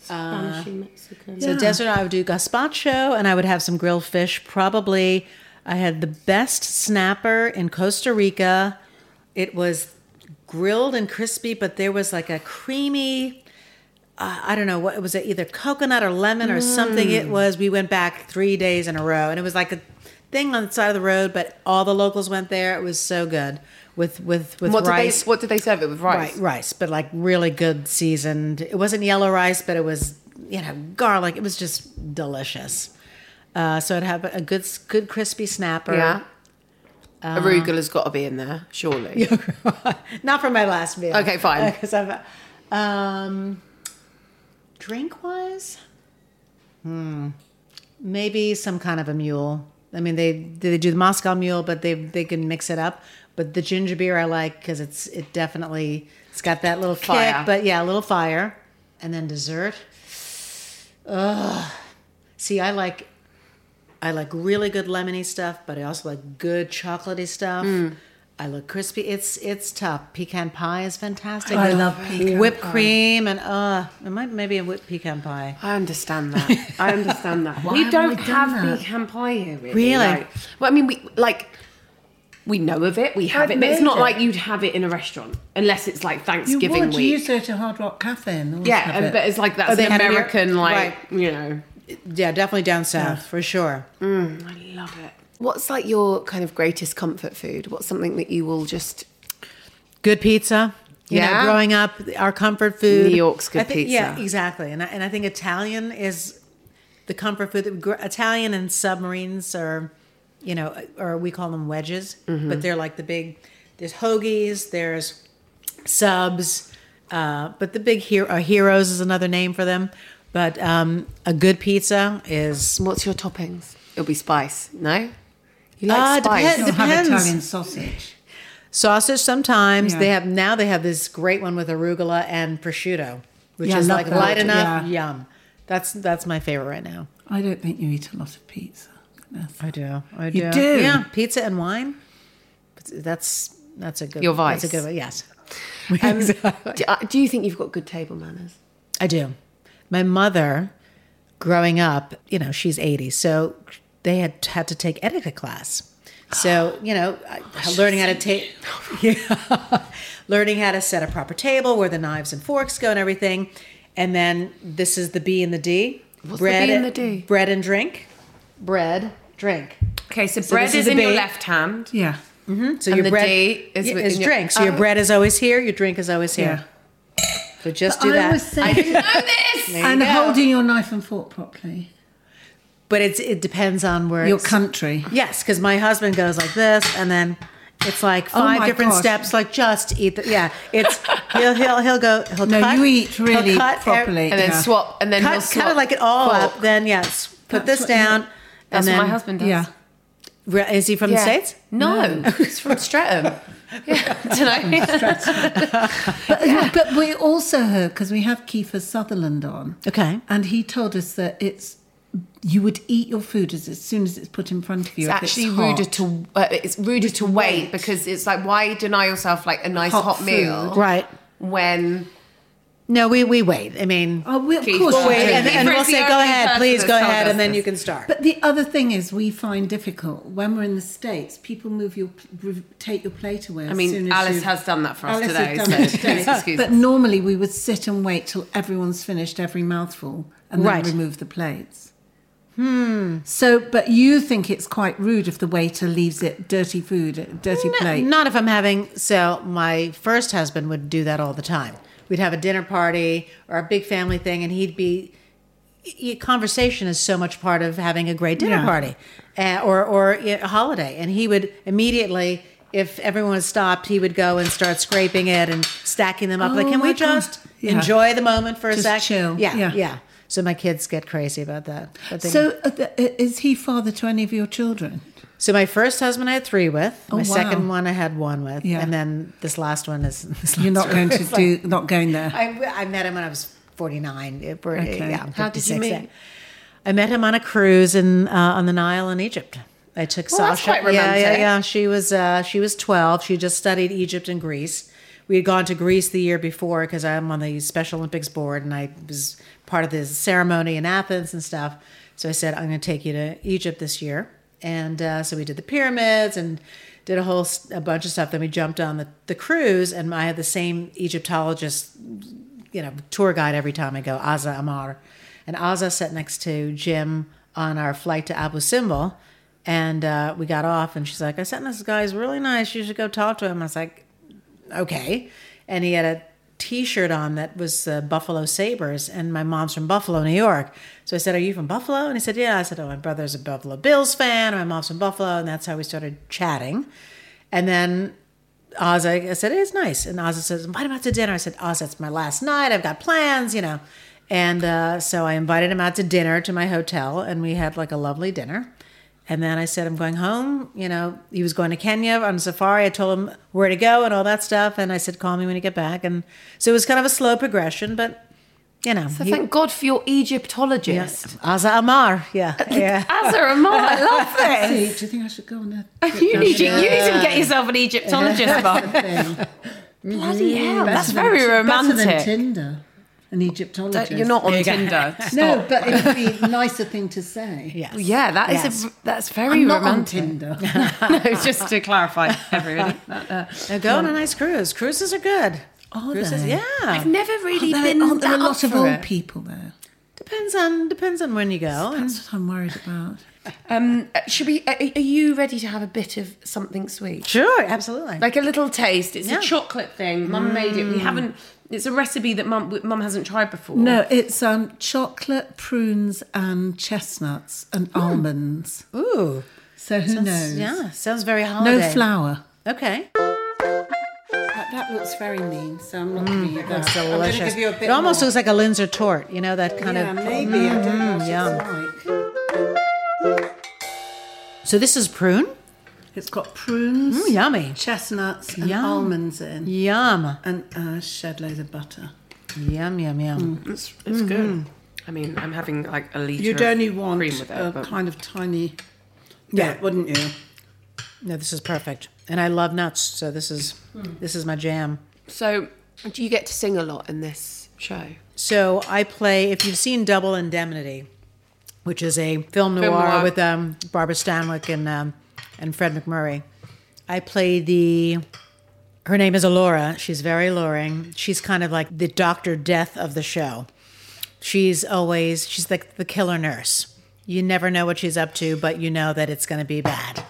Speaker 5: Spanish and Mexican.
Speaker 3: So desert, I would do gazpacho, and I would have some grilled fish. Probably, I had the best snapper in Costa Rica. It was grilled and crispy, but there was like a creamy. Uh, I don't know what it was. Either coconut or lemon or something. It was. We went back three days in a row, and it was like a thing on the side of the road. But all the locals went there. It was so good with with with
Speaker 5: What did they
Speaker 3: rice.
Speaker 5: What did they serve it with rice?
Speaker 3: Right, rice, but like really good seasoned. It wasn't yellow rice, but it was you know garlic. It was just delicious. Uh, so it had a good, good crispy snapper.
Speaker 5: Yeah. Arugula's got to be in there, surely.
Speaker 3: Not for my last meal.
Speaker 5: Okay, fine.
Speaker 3: Because I've, um, drink wise, hmm, maybe some kind of a mule. I mean, they they do the Moscow mule, but they they can mix it up. But the ginger beer I like because it's it definitely it's got that little fire.
Speaker 5: Fire.
Speaker 3: but yeah, a little fire, and then dessert. Ugh. See, I like. I like really good lemony stuff, but I also like good chocolatey stuff.
Speaker 2: Mm.
Speaker 3: I look crispy. It's it's tough. Pecan pie is fantastic.
Speaker 2: I
Speaker 3: With
Speaker 2: love pecan
Speaker 3: whipped
Speaker 2: pie.
Speaker 3: cream and uh, it might maybe a whipped pecan pie.
Speaker 5: I understand that. I understand that.
Speaker 2: haven't
Speaker 5: we don't
Speaker 2: we done
Speaker 5: have
Speaker 2: that?
Speaker 5: pecan pie here, really.
Speaker 3: Really?
Speaker 5: no. Well, I mean, we like we know of it. We have
Speaker 2: I've
Speaker 5: it, but it's
Speaker 2: made
Speaker 5: not
Speaker 2: it.
Speaker 5: like you'd have it in a restaurant unless it's like
Speaker 2: You
Speaker 5: Thanksgiving
Speaker 2: would.
Speaker 5: week.
Speaker 2: You used to go to Hard Rock Cafe and always
Speaker 5: yeah,
Speaker 2: have
Speaker 5: and,
Speaker 2: it.
Speaker 5: but it's like that's
Speaker 3: they
Speaker 5: an
Speaker 3: had it here?
Speaker 5: American, like
Speaker 3: Right.
Speaker 5: you know.
Speaker 3: Yeah, definitely down south for sure.
Speaker 5: I love it.
Speaker 6: What's like your kind of greatest comfort food? What's something that you will just
Speaker 3: Good pizza. You
Speaker 5: Yeah.
Speaker 3: know, growing up, our comfort food.
Speaker 6: New York's good
Speaker 3: I think-
Speaker 6: pizza.
Speaker 3: Yeah, exactly. And I, and I think Italian is the comfort food. That we gr- Italian and submarines are, you know, uh, or we call them wedges,
Speaker 6: Mm-hmm.
Speaker 3: but they're like the big. There's hoagies. There's subs. Uh, but the big hero, uh, heroes is another name for them. But um, a good pizza is
Speaker 6: What's your toppings? It'll be spice. No, you
Speaker 3: Ah,
Speaker 6: like
Speaker 3: it
Speaker 6: spice.
Speaker 3: depends.
Speaker 2: You'll have
Speaker 3: depends.
Speaker 2: Italian sausage.
Speaker 3: sausage. Sometimes
Speaker 2: Yeah.
Speaker 3: they have now they have this great one with arugula and prosciutto, which
Speaker 2: Yeah, I
Speaker 3: is
Speaker 2: love
Speaker 3: like
Speaker 2: that.
Speaker 3: light enough.
Speaker 2: Yeah.
Speaker 3: Yum. That's that's my favorite right now.
Speaker 2: I don't think you eat a lot of pizza. Goodness.
Speaker 3: I do. I do.
Speaker 2: You do?
Speaker 3: Yeah, pizza and wine. But That's that's a good.
Speaker 6: Your
Speaker 3: That's
Speaker 6: vice.
Speaker 3: a good. Yes,
Speaker 2: Um,
Speaker 6: Do, uh, do you think you've got good table manners?
Speaker 3: I do. My mother, growing up, you know, she's eighty, so they had had to take etiquette class. So you know, I-
Speaker 6: Oh,
Speaker 3: learning how to take, yeah, learning how to set a proper table where the knives and forks go and everything, and then this is the B and the D.
Speaker 6: What's the B and the D?
Speaker 3: Bread and drink. Bread, drink.
Speaker 6: Okay, so,
Speaker 3: bread this is is in the your bait. left
Speaker 6: hand.
Speaker 2: Yeah.
Speaker 3: So
Speaker 6: And
Speaker 3: your
Speaker 6: the
Speaker 3: bread
Speaker 6: D is
Speaker 3: Yeah,
Speaker 6: wi-
Speaker 3: is
Speaker 6: in your-
Speaker 3: drink. So your
Speaker 6: Oh.
Speaker 3: bread is always here. Your drink is always here. So just do
Speaker 2: I
Speaker 3: that.
Speaker 2: was saying, and
Speaker 3: go.
Speaker 2: holding your knife and fork properly.
Speaker 3: but it's it depends on where
Speaker 2: Your
Speaker 3: it's-
Speaker 2: country.
Speaker 3: Yes, because my husband goes like this, and then it's like
Speaker 2: Oh
Speaker 3: five
Speaker 2: my
Speaker 3: different
Speaker 2: gosh.
Speaker 3: steps. Like just eat. The, yeah, it's he'll he'll he'll go. He'll
Speaker 2: No,
Speaker 3: cut,
Speaker 2: you eat
Speaker 3: he'll
Speaker 2: really
Speaker 3: cut ev-
Speaker 2: properly.
Speaker 6: And then
Speaker 2: Yeah.
Speaker 6: swap, and then he'll
Speaker 3: Cut
Speaker 6: swap.
Speaker 3: kind of like it all up.
Speaker 6: fork.
Speaker 3: Then yes, put
Speaker 2: That's
Speaker 3: this
Speaker 2: what you-
Speaker 3: down. and
Speaker 6: That's
Speaker 3: then,
Speaker 6: what my husband does.
Speaker 2: Yeah.
Speaker 3: Re- Is he from the
Speaker 6: Yeah.
Speaker 3: states?
Speaker 6: No, it's from Streatham. Yeah, don't know.
Speaker 2: But, but we also heard because we have Kiefer Sutherland on.
Speaker 3: Okay.
Speaker 2: And he told us that it's you would eat your food as, as soon as it's put in front of you.
Speaker 6: It's
Speaker 2: if
Speaker 6: actually
Speaker 2: hot.
Speaker 6: ruder to uh, it's ruder to wait because it's like why deny yourself like a nice
Speaker 2: Hot
Speaker 6: hot,
Speaker 2: food.
Speaker 6: meal
Speaker 3: Right.
Speaker 6: when
Speaker 3: No, we we wait. I mean,
Speaker 2: Oh, we, of
Speaker 6: Keith,
Speaker 2: course.
Speaker 6: we'll
Speaker 2: you
Speaker 3: wait,
Speaker 2: do.
Speaker 3: and, and we'll
Speaker 6: Different
Speaker 3: say,
Speaker 6: the
Speaker 3: go
Speaker 6: only
Speaker 3: ahead,
Speaker 6: person
Speaker 3: please
Speaker 6: that's
Speaker 3: go
Speaker 6: told
Speaker 3: ahead,
Speaker 6: us
Speaker 3: and then
Speaker 6: this.
Speaker 3: you can start.
Speaker 2: But the other thing is, we find difficult when we're in the states. People move your re- take your plate away.
Speaker 6: I mean Alice has done that for us
Speaker 2: Alice
Speaker 6: today.
Speaker 2: has done it
Speaker 6: so
Speaker 2: today.
Speaker 6: please excuse
Speaker 2: but
Speaker 6: us.
Speaker 2: normally we would sit and wait till everyone's finished every mouthful and then
Speaker 3: Right.
Speaker 2: remove the plates. Hmm. So, but you think it's quite rude if the waiter leaves it dirty food, dirty
Speaker 3: No,
Speaker 2: plate.
Speaker 3: Not if I'm having. So my first husband would do that all the time. We'd have a dinner party or a big family thing, and he'd be. y- Conversation is so much part of having a great dinner
Speaker 2: Yeah.
Speaker 3: party, uh, or or a holiday, and he would immediately. If everyone was stopped, he would go and start scraping it and stacking them up. like,
Speaker 2: Oh
Speaker 3: can we
Speaker 2: my God.
Speaker 3: just
Speaker 2: Yeah.
Speaker 3: enjoy the moment for a
Speaker 2: Just
Speaker 3: sec?
Speaker 2: chill.
Speaker 3: Yeah, yeah,
Speaker 2: Yeah.
Speaker 3: So my kids get crazy about that. But they-
Speaker 2: So, uh, th- uh, is he father to any of your children?
Speaker 3: So my first husband I had three with.
Speaker 2: Oh, wow.
Speaker 3: my second one I had one with,
Speaker 2: Yeah.
Speaker 3: and then this last one is. This
Speaker 2: You're
Speaker 3: last
Speaker 2: not going
Speaker 3: one
Speaker 2: to
Speaker 3: is like-
Speaker 2: do, not going there.
Speaker 3: I, I met him when I was forty nine.
Speaker 2: Okay.
Speaker 3: Yeah,
Speaker 6: How did you
Speaker 3: 56
Speaker 6: meet?
Speaker 3: then. I met him on a cruise in uh, on the Nile in Egypt. I took
Speaker 6: Well, that's
Speaker 3: Sasha.
Speaker 6: quite
Speaker 3: Yeah, yeah,
Speaker 6: romantic.
Speaker 3: yeah. She was uh, she was twelve. She just studied Egypt and Greece. We had gone to Greece the year before because I'm on the Special Olympics board and I was part of the ceremony in Athens and stuff. So I said I'm going to take you to Egypt this year, and uh, so we did the pyramids and did a whole s- a bunch of stuff. Then we jumped on the, the cruise, and I had the same Egyptologist you know tour guide every time I go, Aza Amar, and Aza sat next to Jim on our flight to Abu Simbel, and uh, we got off, and she's like, "I sat this guy's really nice. You should go talk to him." I was like, "Okay," and he had a T-shirt on that was uh, Buffalo Sabers, and my mom's from Buffalo, New York. So I said, "Are you from Buffalo?" And he said, "Yeah." I said, "Oh, my brother's a Buffalo Bills fan. and My mom's from Buffalo," and that's how we started chatting. And then Oz, I I said, it's nice. And Oz says, invite him out to dinner. I said, Oz, that's my last night. I've got plans, you know. And uh, so I invited him out to dinner to my hotel, and we had like a lovely dinner. And then I said, I'm going home. You know, he was going to Kenya on safari. I told him where to go and all that stuff. And I said, call me when you get back. And so it was kind of a slow progression, but you know,
Speaker 6: So
Speaker 3: he-
Speaker 6: thank God for your Egyptologist.
Speaker 3: Aza Amar. Yeah. Yeah.
Speaker 6: Azar Amar, I love
Speaker 2: See,
Speaker 6: this.
Speaker 2: do you think I should go on that?
Speaker 6: you need to, you need to get yourself an Egyptologist, Bob.
Speaker 2: Thing?
Speaker 6: Bloody
Speaker 2: Mm, Better
Speaker 6: hell, that's
Speaker 2: than-
Speaker 6: very
Speaker 2: Better than
Speaker 6: romantic.
Speaker 2: Tinder, an Egyptologist.
Speaker 6: Uh, You're not on Tinder.
Speaker 2: No, but it would be a nicer thing to say. Yeah.
Speaker 6: Yeah, that is
Speaker 3: Yes.
Speaker 6: a, that's very
Speaker 2: I'm not on
Speaker 6: romantic.
Speaker 2: Tinder.
Speaker 6: no, just to clarify, everybody. That, uh,
Speaker 3: Now go on a nice cruise. Cruises are good.
Speaker 2: Are
Speaker 3: Cruises,
Speaker 2: they?
Speaker 3: yeah.
Speaker 6: I've never really
Speaker 2: There-
Speaker 6: been
Speaker 2: aren't there a
Speaker 6: that
Speaker 2: lot
Speaker 6: up
Speaker 2: of
Speaker 6: for
Speaker 2: old
Speaker 6: it.
Speaker 2: people there?
Speaker 3: Depends on depends on when you go. And
Speaker 2: That's what I'm worried about.
Speaker 6: Um, uh, should we? Are, are you ready to have a bit of something sweet?
Speaker 3: Sure, absolutely.
Speaker 6: Like a little taste. It's
Speaker 3: Yeah.
Speaker 6: a chocolate thing. Mum made it. We haven't. It's a recipe that mum mum hasn't tried before.
Speaker 2: No, it's um, chocolate, prunes, and chestnuts and almonds.
Speaker 3: Ooh.
Speaker 2: So who knows?
Speaker 3: Yeah, sounds very holiday.
Speaker 2: No flour.
Speaker 3: Okay.
Speaker 2: That, that looks very mean, so I'm not going to eat that.
Speaker 3: Delicious. it almost looks like a Linzer tort, you know, that kind
Speaker 2: Oh, yeah,
Speaker 3: of. Mm.
Speaker 2: maybe. I don't know what it's like.
Speaker 3: So this is prune?
Speaker 2: It's got prunes,
Speaker 3: Mm, yummy.
Speaker 2: chestnuts, and
Speaker 3: Yum.
Speaker 2: almonds in,
Speaker 3: Yum.
Speaker 2: and a uh, shed load of butter.
Speaker 3: Yum, yum, yum.
Speaker 2: Mm. It's, it's good.
Speaker 6: I mean, I'm having like a liter.
Speaker 2: You'd
Speaker 6: of
Speaker 2: only want
Speaker 6: cream with it,
Speaker 2: a
Speaker 6: but-
Speaker 2: kind of tiny bit,
Speaker 3: Yeah.
Speaker 2: wouldn't you?
Speaker 3: No, this is perfect. And I love nuts, so this is
Speaker 2: Mm.
Speaker 3: this is my jam.
Speaker 6: So, do you get to sing a lot in this show?
Speaker 3: So I play, if you've seen Double Indemnity, which is a film noir,
Speaker 6: noir.
Speaker 3: with um, Barbara Stanwyck and um, and Fred McMurray, I play the. Her name is Alora. She's very alluring. She's kind of like the Doctor Death of the show. She's always she's like the killer nurse. You never know what she's up to, but you know that it's going to be bad.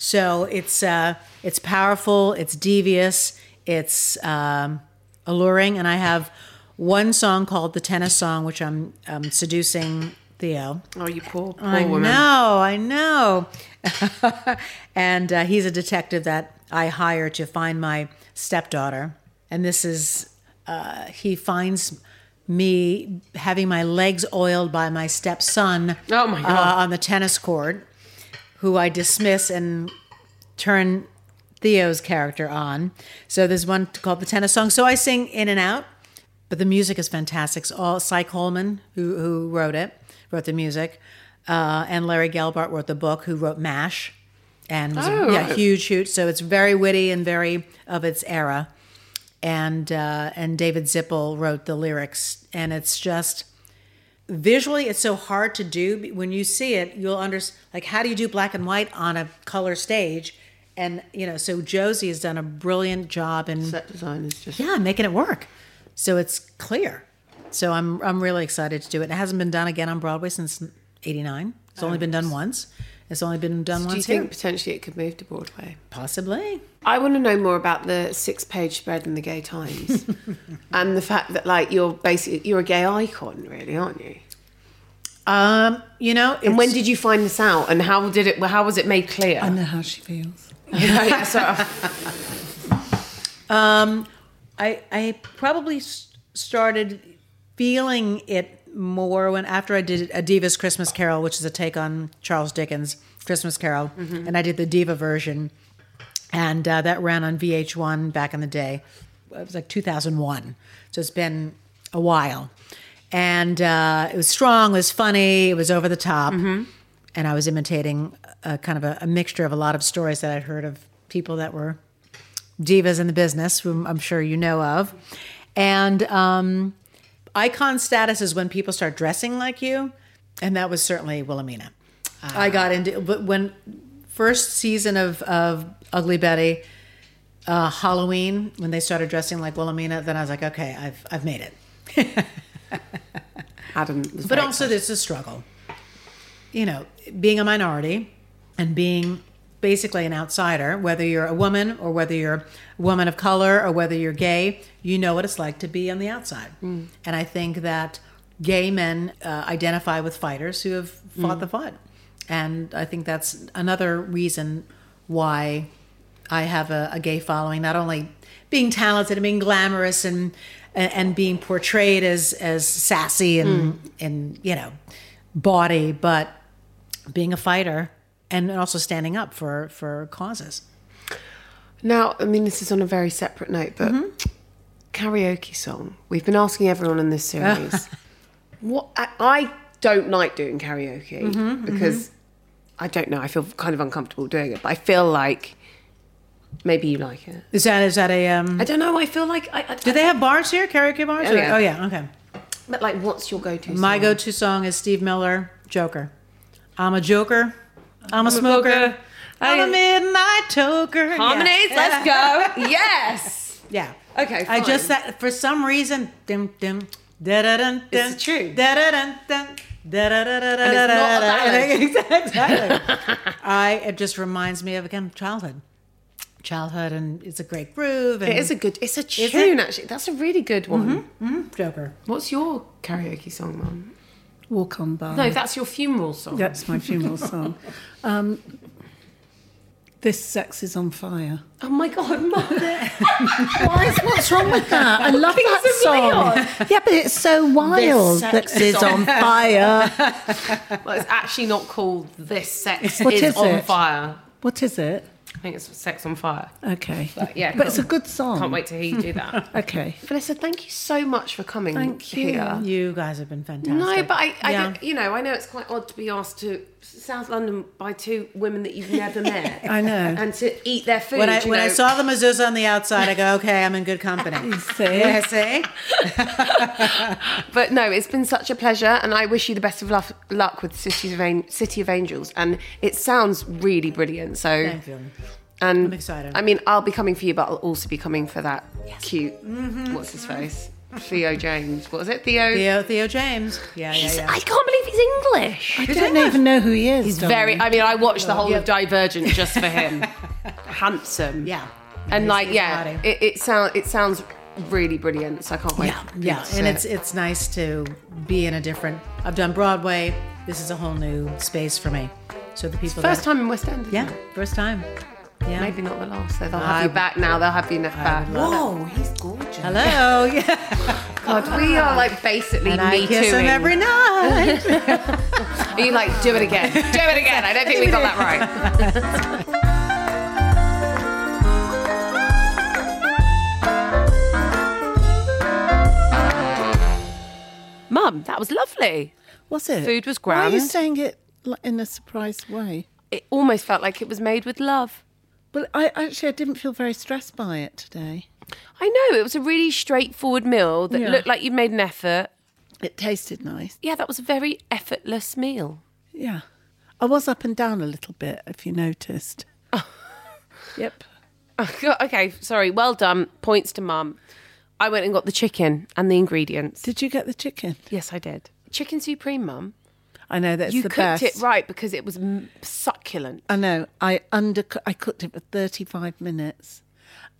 Speaker 3: So it's uh, it's powerful, it's devious, it's um, alluring, and I have one song called the tennis song, which I'm um, seducing Theo.
Speaker 6: Oh, you poor, poor
Speaker 3: I
Speaker 6: woman.
Speaker 3: know, I know. and uh, he's a detective that I hire to find my stepdaughter, and this is uh, he finds me having my legs oiled by my stepson
Speaker 6: Oh, my God.
Speaker 3: uh, on the tennis court who I dismiss and turn Theo's character on. So there's one called the tennis song. So I sing in and out, but the music is fantastic. It's all Syke Holman, who, who wrote it, wrote the music, uh, and Larry Gelbart wrote the book, who wrote MASH, and was
Speaker 6: Oh,
Speaker 3: a yeah, huge hoot. So it's very witty and very of its era. And uh, and David Zippel wrote the lyrics, and it's just visually it's so hard to do when you see it you'll understand like how do you do black and white on a color stage and you know so josie has done a brilliant job in
Speaker 6: Set design is just.
Speaker 3: yeah making it work so it's clear so i'm i'm really excited to do it it hasn't been done again on broadway since 89 it's only been done once it's only been done
Speaker 6: Do you
Speaker 3: once
Speaker 6: think
Speaker 3: here.
Speaker 6: potentially it could move to Broadway?
Speaker 3: possibly
Speaker 6: I want to know more about the six-page spread in the Gay Times, and the fact that like you're basically you're a gay icon, really, aren't you?
Speaker 3: um you know
Speaker 6: And when
Speaker 3: it's-
Speaker 6: did you find this out? And how did it? well, How was it made clear?
Speaker 2: I know how she feels.
Speaker 6: Right, so-
Speaker 3: Um, I I probably s- started feeling it more when after I did a Diva's Christmas Carol, which is a take on Charles Dickens' Christmas Carol, and I did the Diva version, and uh, that ran on VH1 back in the day. It was like 2001, so it's been a while, and uh, it was strong, it was funny, it was over the top and I was imitating a kind of a, a mixture of a lot of stories that I'd heard of people that were divas in the business, whom I'm sure you know of. And um, icon status is when people start dressing like you, and that was certainly Wilhelmina. I got into but when first season of of Ugly Betty. Uh, Halloween, when they started dressing like Wilhelmina, then I was like, okay, I've, I've made it.
Speaker 6: Adam, was
Speaker 3: But
Speaker 6: very
Speaker 3: also, there's a struggle. You know, being a minority and being basically an outsider, whether you're a woman or whether you're a woman of color or whether you're gay, you know what it's like to be on the outside. And I think that gay men uh, identify with fighters who have fought the fight. And I think that's another reason why I have a, a gay following, not only being talented and being glamorous and and, and being portrayed as as sassy and and you know bawdy, but being a fighter and also standing up for for causes.
Speaker 6: Now, I mean, this is on a very separate note, but karaoke song. We've been asking everyone in this series. what I, I don't like doing karaoke because I don't know. I feel kind of uncomfortable doing it, but I feel like maybe you like it.
Speaker 3: Is that is that a um?
Speaker 6: I don't know. I feel like I, I
Speaker 3: Do they have bars here? Karaoke bars?
Speaker 6: Oh,
Speaker 3: Or-
Speaker 6: yeah.
Speaker 3: oh yeah. Okay.
Speaker 6: But like, what's your go-to?
Speaker 3: My
Speaker 6: song?
Speaker 3: go-to song is Steve Miller, Joker. I'm a joker. I'm a smoker. I'm a midnight toker. Harmony.
Speaker 5: Harmonies, let's go.
Speaker 6: yes.
Speaker 3: Yeah.
Speaker 6: Okay,
Speaker 3: I just
Speaker 6: fine.
Speaker 3: that for some reason. Dim dim. Da da dun.
Speaker 6: It's the tune.
Speaker 3: Da da dun dun. Da da da da da da
Speaker 6: not a
Speaker 3: Exactly. I. It just reminds me of again childhood. Childhood and it's a great groove. And
Speaker 6: It is a good. It's a
Speaker 3: it?
Speaker 6: tune actually. That's a really good one.
Speaker 3: Joker.
Speaker 6: What's your karaoke song, Mum?
Speaker 2: Walk on by.
Speaker 6: No, that's your funeral song.
Speaker 2: That's my funeral song. Um, this sex is on fire.
Speaker 6: Oh my God, Mum.
Speaker 2: Why is, what's wrong with that? I love that song. Yeah, but it's so wild.
Speaker 6: sex
Speaker 2: Sex
Speaker 6: is
Speaker 2: is on fire.
Speaker 6: Well, it's actually not called This Sex
Speaker 2: What
Speaker 6: is,
Speaker 2: is
Speaker 6: on
Speaker 2: it?
Speaker 6: Fire.
Speaker 2: What is it?
Speaker 6: I think it's Sex on Fire.
Speaker 2: Okay.
Speaker 6: But yeah,
Speaker 2: But it's a
Speaker 6: cool.
Speaker 2: good song.
Speaker 6: Can't wait to hear you do that.
Speaker 2: Okay.
Speaker 6: Vanessa, thank you so much for coming
Speaker 2: Thank you.
Speaker 6: here.
Speaker 3: You guys have been fantastic.
Speaker 6: No, but I, I
Speaker 3: Yeah.
Speaker 6: don't, you know, I know it's quite odd to be asked to South London by two women that you've never met.
Speaker 2: I know.
Speaker 6: And to eat their food.
Speaker 3: when I
Speaker 6: you
Speaker 3: when I
Speaker 6: know.
Speaker 3: saw the mezuzah on the outside, I go, okay, I'm in good company.
Speaker 2: see?
Speaker 3: Yeah, see?
Speaker 6: But no, it's been such a pleasure, and I wish you the best of luck, luck with City of, An- City of Angels. And it sounds really brilliant. So
Speaker 3: Thank you.
Speaker 6: And
Speaker 3: I'm excited.
Speaker 6: I mean, I'll be coming for you, but I'll also be coming for that cute. What's his face? Theo James. What was it? Theo.
Speaker 3: Theo, Theo James. Yeah, yeah, yeah.
Speaker 1: I can't believe he's English.
Speaker 2: I don't even know who he is.
Speaker 6: He's
Speaker 2: darling.
Speaker 6: very. I mean, I watched the whole of Divergent just for him. Handsome.
Speaker 3: Yeah.
Speaker 6: And like,
Speaker 3: his
Speaker 6: yeah,
Speaker 3: body.
Speaker 6: it, it sounds it sounds really brilliant. So I can't wait.
Speaker 3: Yeah, yeah. And it's it's nice to be in a different. I've done Broadway. This is a whole new space for me. So the people.
Speaker 6: first
Speaker 3: that-
Speaker 6: time in West End. isn't
Speaker 3: Yeah,
Speaker 6: it?
Speaker 3: first time. Yeah.
Speaker 6: Maybe not the last. So they'll have you back now. They'll have you ne- back.
Speaker 2: Whoa, Oh, he's gorgeous.
Speaker 3: Hello. Yeah.
Speaker 6: God, we are like basically
Speaker 3: And I
Speaker 6: me
Speaker 3: kiss him
Speaker 6: too.
Speaker 3: every night.
Speaker 6: Are you like do it again? Do it again. I don't think we got that right.
Speaker 1: Mum, that was lovely.
Speaker 2: Was it?
Speaker 1: Food was
Speaker 2: Why are you
Speaker 1: grand.
Speaker 2: saying it like, in a surprised way?
Speaker 1: It almost felt like it was made with love.
Speaker 2: Well, I actually I didn't feel very stressed by it today.
Speaker 1: I know, it was a really straightforward meal that
Speaker 2: Yeah.
Speaker 1: looked like you made an effort.
Speaker 2: It tasted nice.
Speaker 1: Yeah, that was a very effortless meal.
Speaker 2: Yeah. I was up and down a little bit, if you noticed.
Speaker 1: Oh.
Speaker 2: yep.
Speaker 1: okay, sorry. Well done. Points to mum. I went and got the chicken and the ingredients.
Speaker 2: Did you get the chicken?
Speaker 1: Yes, I did. Chicken supreme, mum.
Speaker 2: I know that's
Speaker 1: You
Speaker 2: the
Speaker 1: cooked
Speaker 2: best.
Speaker 1: it right because it was m- succulent.
Speaker 2: I know. I under I cooked it for 35 minutes.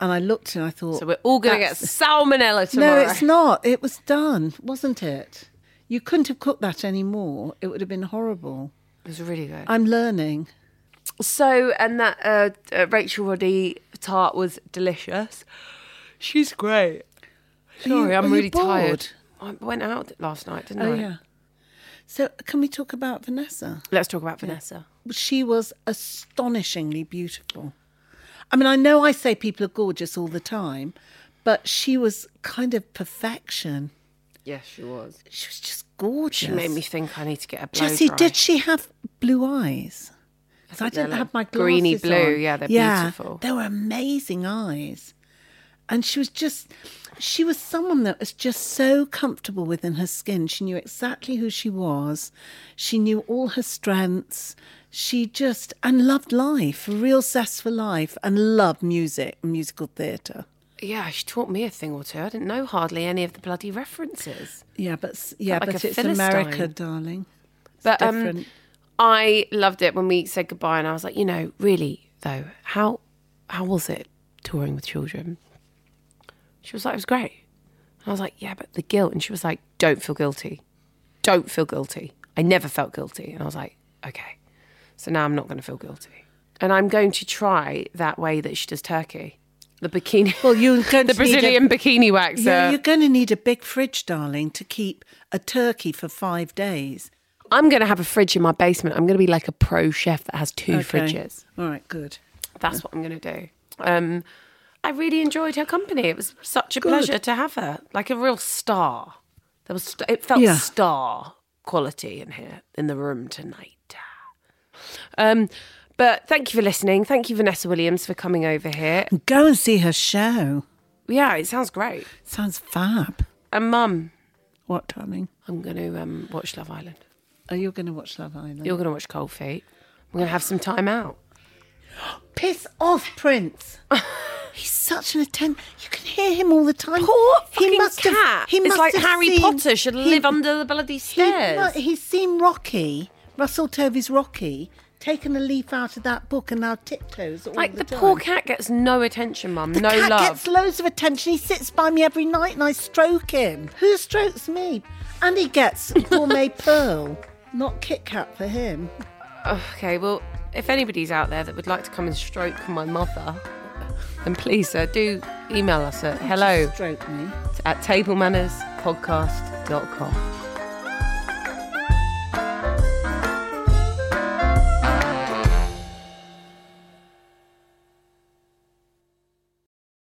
Speaker 2: And I looked and I thought
Speaker 1: So we're all going to get
Speaker 2: that's-
Speaker 1: salmonella tomorrow.
Speaker 2: No, it's not. It was done, wasn't it? You couldn't have cooked that anymore. It would have been horrible.
Speaker 1: It was really good.
Speaker 2: I'm learning.
Speaker 1: Uh, So, and that uh, uh, Rachel Roddy tart was delicious. She's great. Sorry,
Speaker 2: you- are
Speaker 1: I'm
Speaker 2: you
Speaker 1: really
Speaker 2: bored?
Speaker 1: tired. I went out last night, didn't
Speaker 2: Oh
Speaker 1: I?
Speaker 2: yeah. So can we talk about Vanessa?
Speaker 1: Let's talk about Vanessa.
Speaker 2: she was astonishingly beautiful. I mean, I know I say people are gorgeous all the time, but she was kind of perfection.
Speaker 6: Yes, she was.
Speaker 2: She was just
Speaker 1: She
Speaker 2: gorgeous.
Speaker 1: made me think I need to get a blow
Speaker 2: Jessie,
Speaker 1: dry.
Speaker 2: did she have blue eyes? 'Cause I
Speaker 1: they're
Speaker 2: didn't have my
Speaker 1: like
Speaker 2: glasses
Speaker 1: greeny blue.
Speaker 2: on.
Speaker 1: Yeah, they're beautiful.
Speaker 2: They were amazing eyes, and she was just. She was someone that was just so comfortable within her skin. She knew exactly who she was. She knew all her strengths. She just and loved life, a real zest for life, and loved music, and musical theatre.
Speaker 1: Yeah, she taught me a thing or two. I didn't know hardly any of the bloody references.
Speaker 2: Yeah, but s- yeah,
Speaker 1: like
Speaker 2: but
Speaker 1: a
Speaker 2: it's America,
Speaker 1: Philistine.
Speaker 2: darling. It's
Speaker 1: But um,
Speaker 2: different.
Speaker 1: I loved it when we said goodbye, and I was like, you know, really though, how how was it touring with children? She was like, it was great. And I was like, yeah, but the guilt. And she was like, don't feel guilty. Don't feel guilty. I never felt guilty. And I was like, okay. So now I'm not going to feel guilty. And I'm going to try that way that she does turkey. The bikini.
Speaker 2: Well, you're going
Speaker 1: the
Speaker 2: to need a-
Speaker 1: Brazilian bikini waxer.
Speaker 2: Yeah, you're going to need a big fridge, darling, to keep a turkey for five days.
Speaker 1: I'm going to have a fridge in my basement. I'm going to be like a pro chef that has two
Speaker 2: Okay.
Speaker 1: fridges.
Speaker 2: All right, good.
Speaker 1: That's what I'm going to do. Um, I really enjoyed her company. It was such a pleasure to have her, like a real star. There was st- it felt
Speaker 2: Yeah.
Speaker 1: star quality in here in the room tonight. Um, but thank you for listening. Thank you, Vanessa Williams, for coming over here.
Speaker 2: Go and see her show.
Speaker 1: Yeah, it sounds great.
Speaker 2: Sounds fab.
Speaker 1: And Mum,
Speaker 2: What, darling?
Speaker 1: I'm going to um, watch Love Island.
Speaker 2: Are you going to watch Love Island?
Speaker 1: You're going to watch Cold Feet. We're going to have some time out.
Speaker 2: piss off, Prince. He's such an attempt. You can hear him all the time. Poor
Speaker 1: fucking cat. It's like Harry Potter should live under the bloody stairs.
Speaker 2: He, he's seen Rocky, Russell Tovey's Rocky, taken a leaf out of that book and now tiptoes all
Speaker 1: Like
Speaker 2: the,
Speaker 1: the, poor
Speaker 2: time.
Speaker 1: cat gets no attention, mum.
Speaker 2: The
Speaker 1: no
Speaker 2: cat
Speaker 1: love.
Speaker 2: gets loads of attention. He sits by me every night and I stroke him. Who strokes me? And he gets gourmet pearl, not Kit Kat for him.
Speaker 1: okay, well, if anybody's out there that would like to come and stroke my mother, then please, sir, do email us at hello
Speaker 2: Stroke me.
Speaker 1: at tablemannerspodcast.com.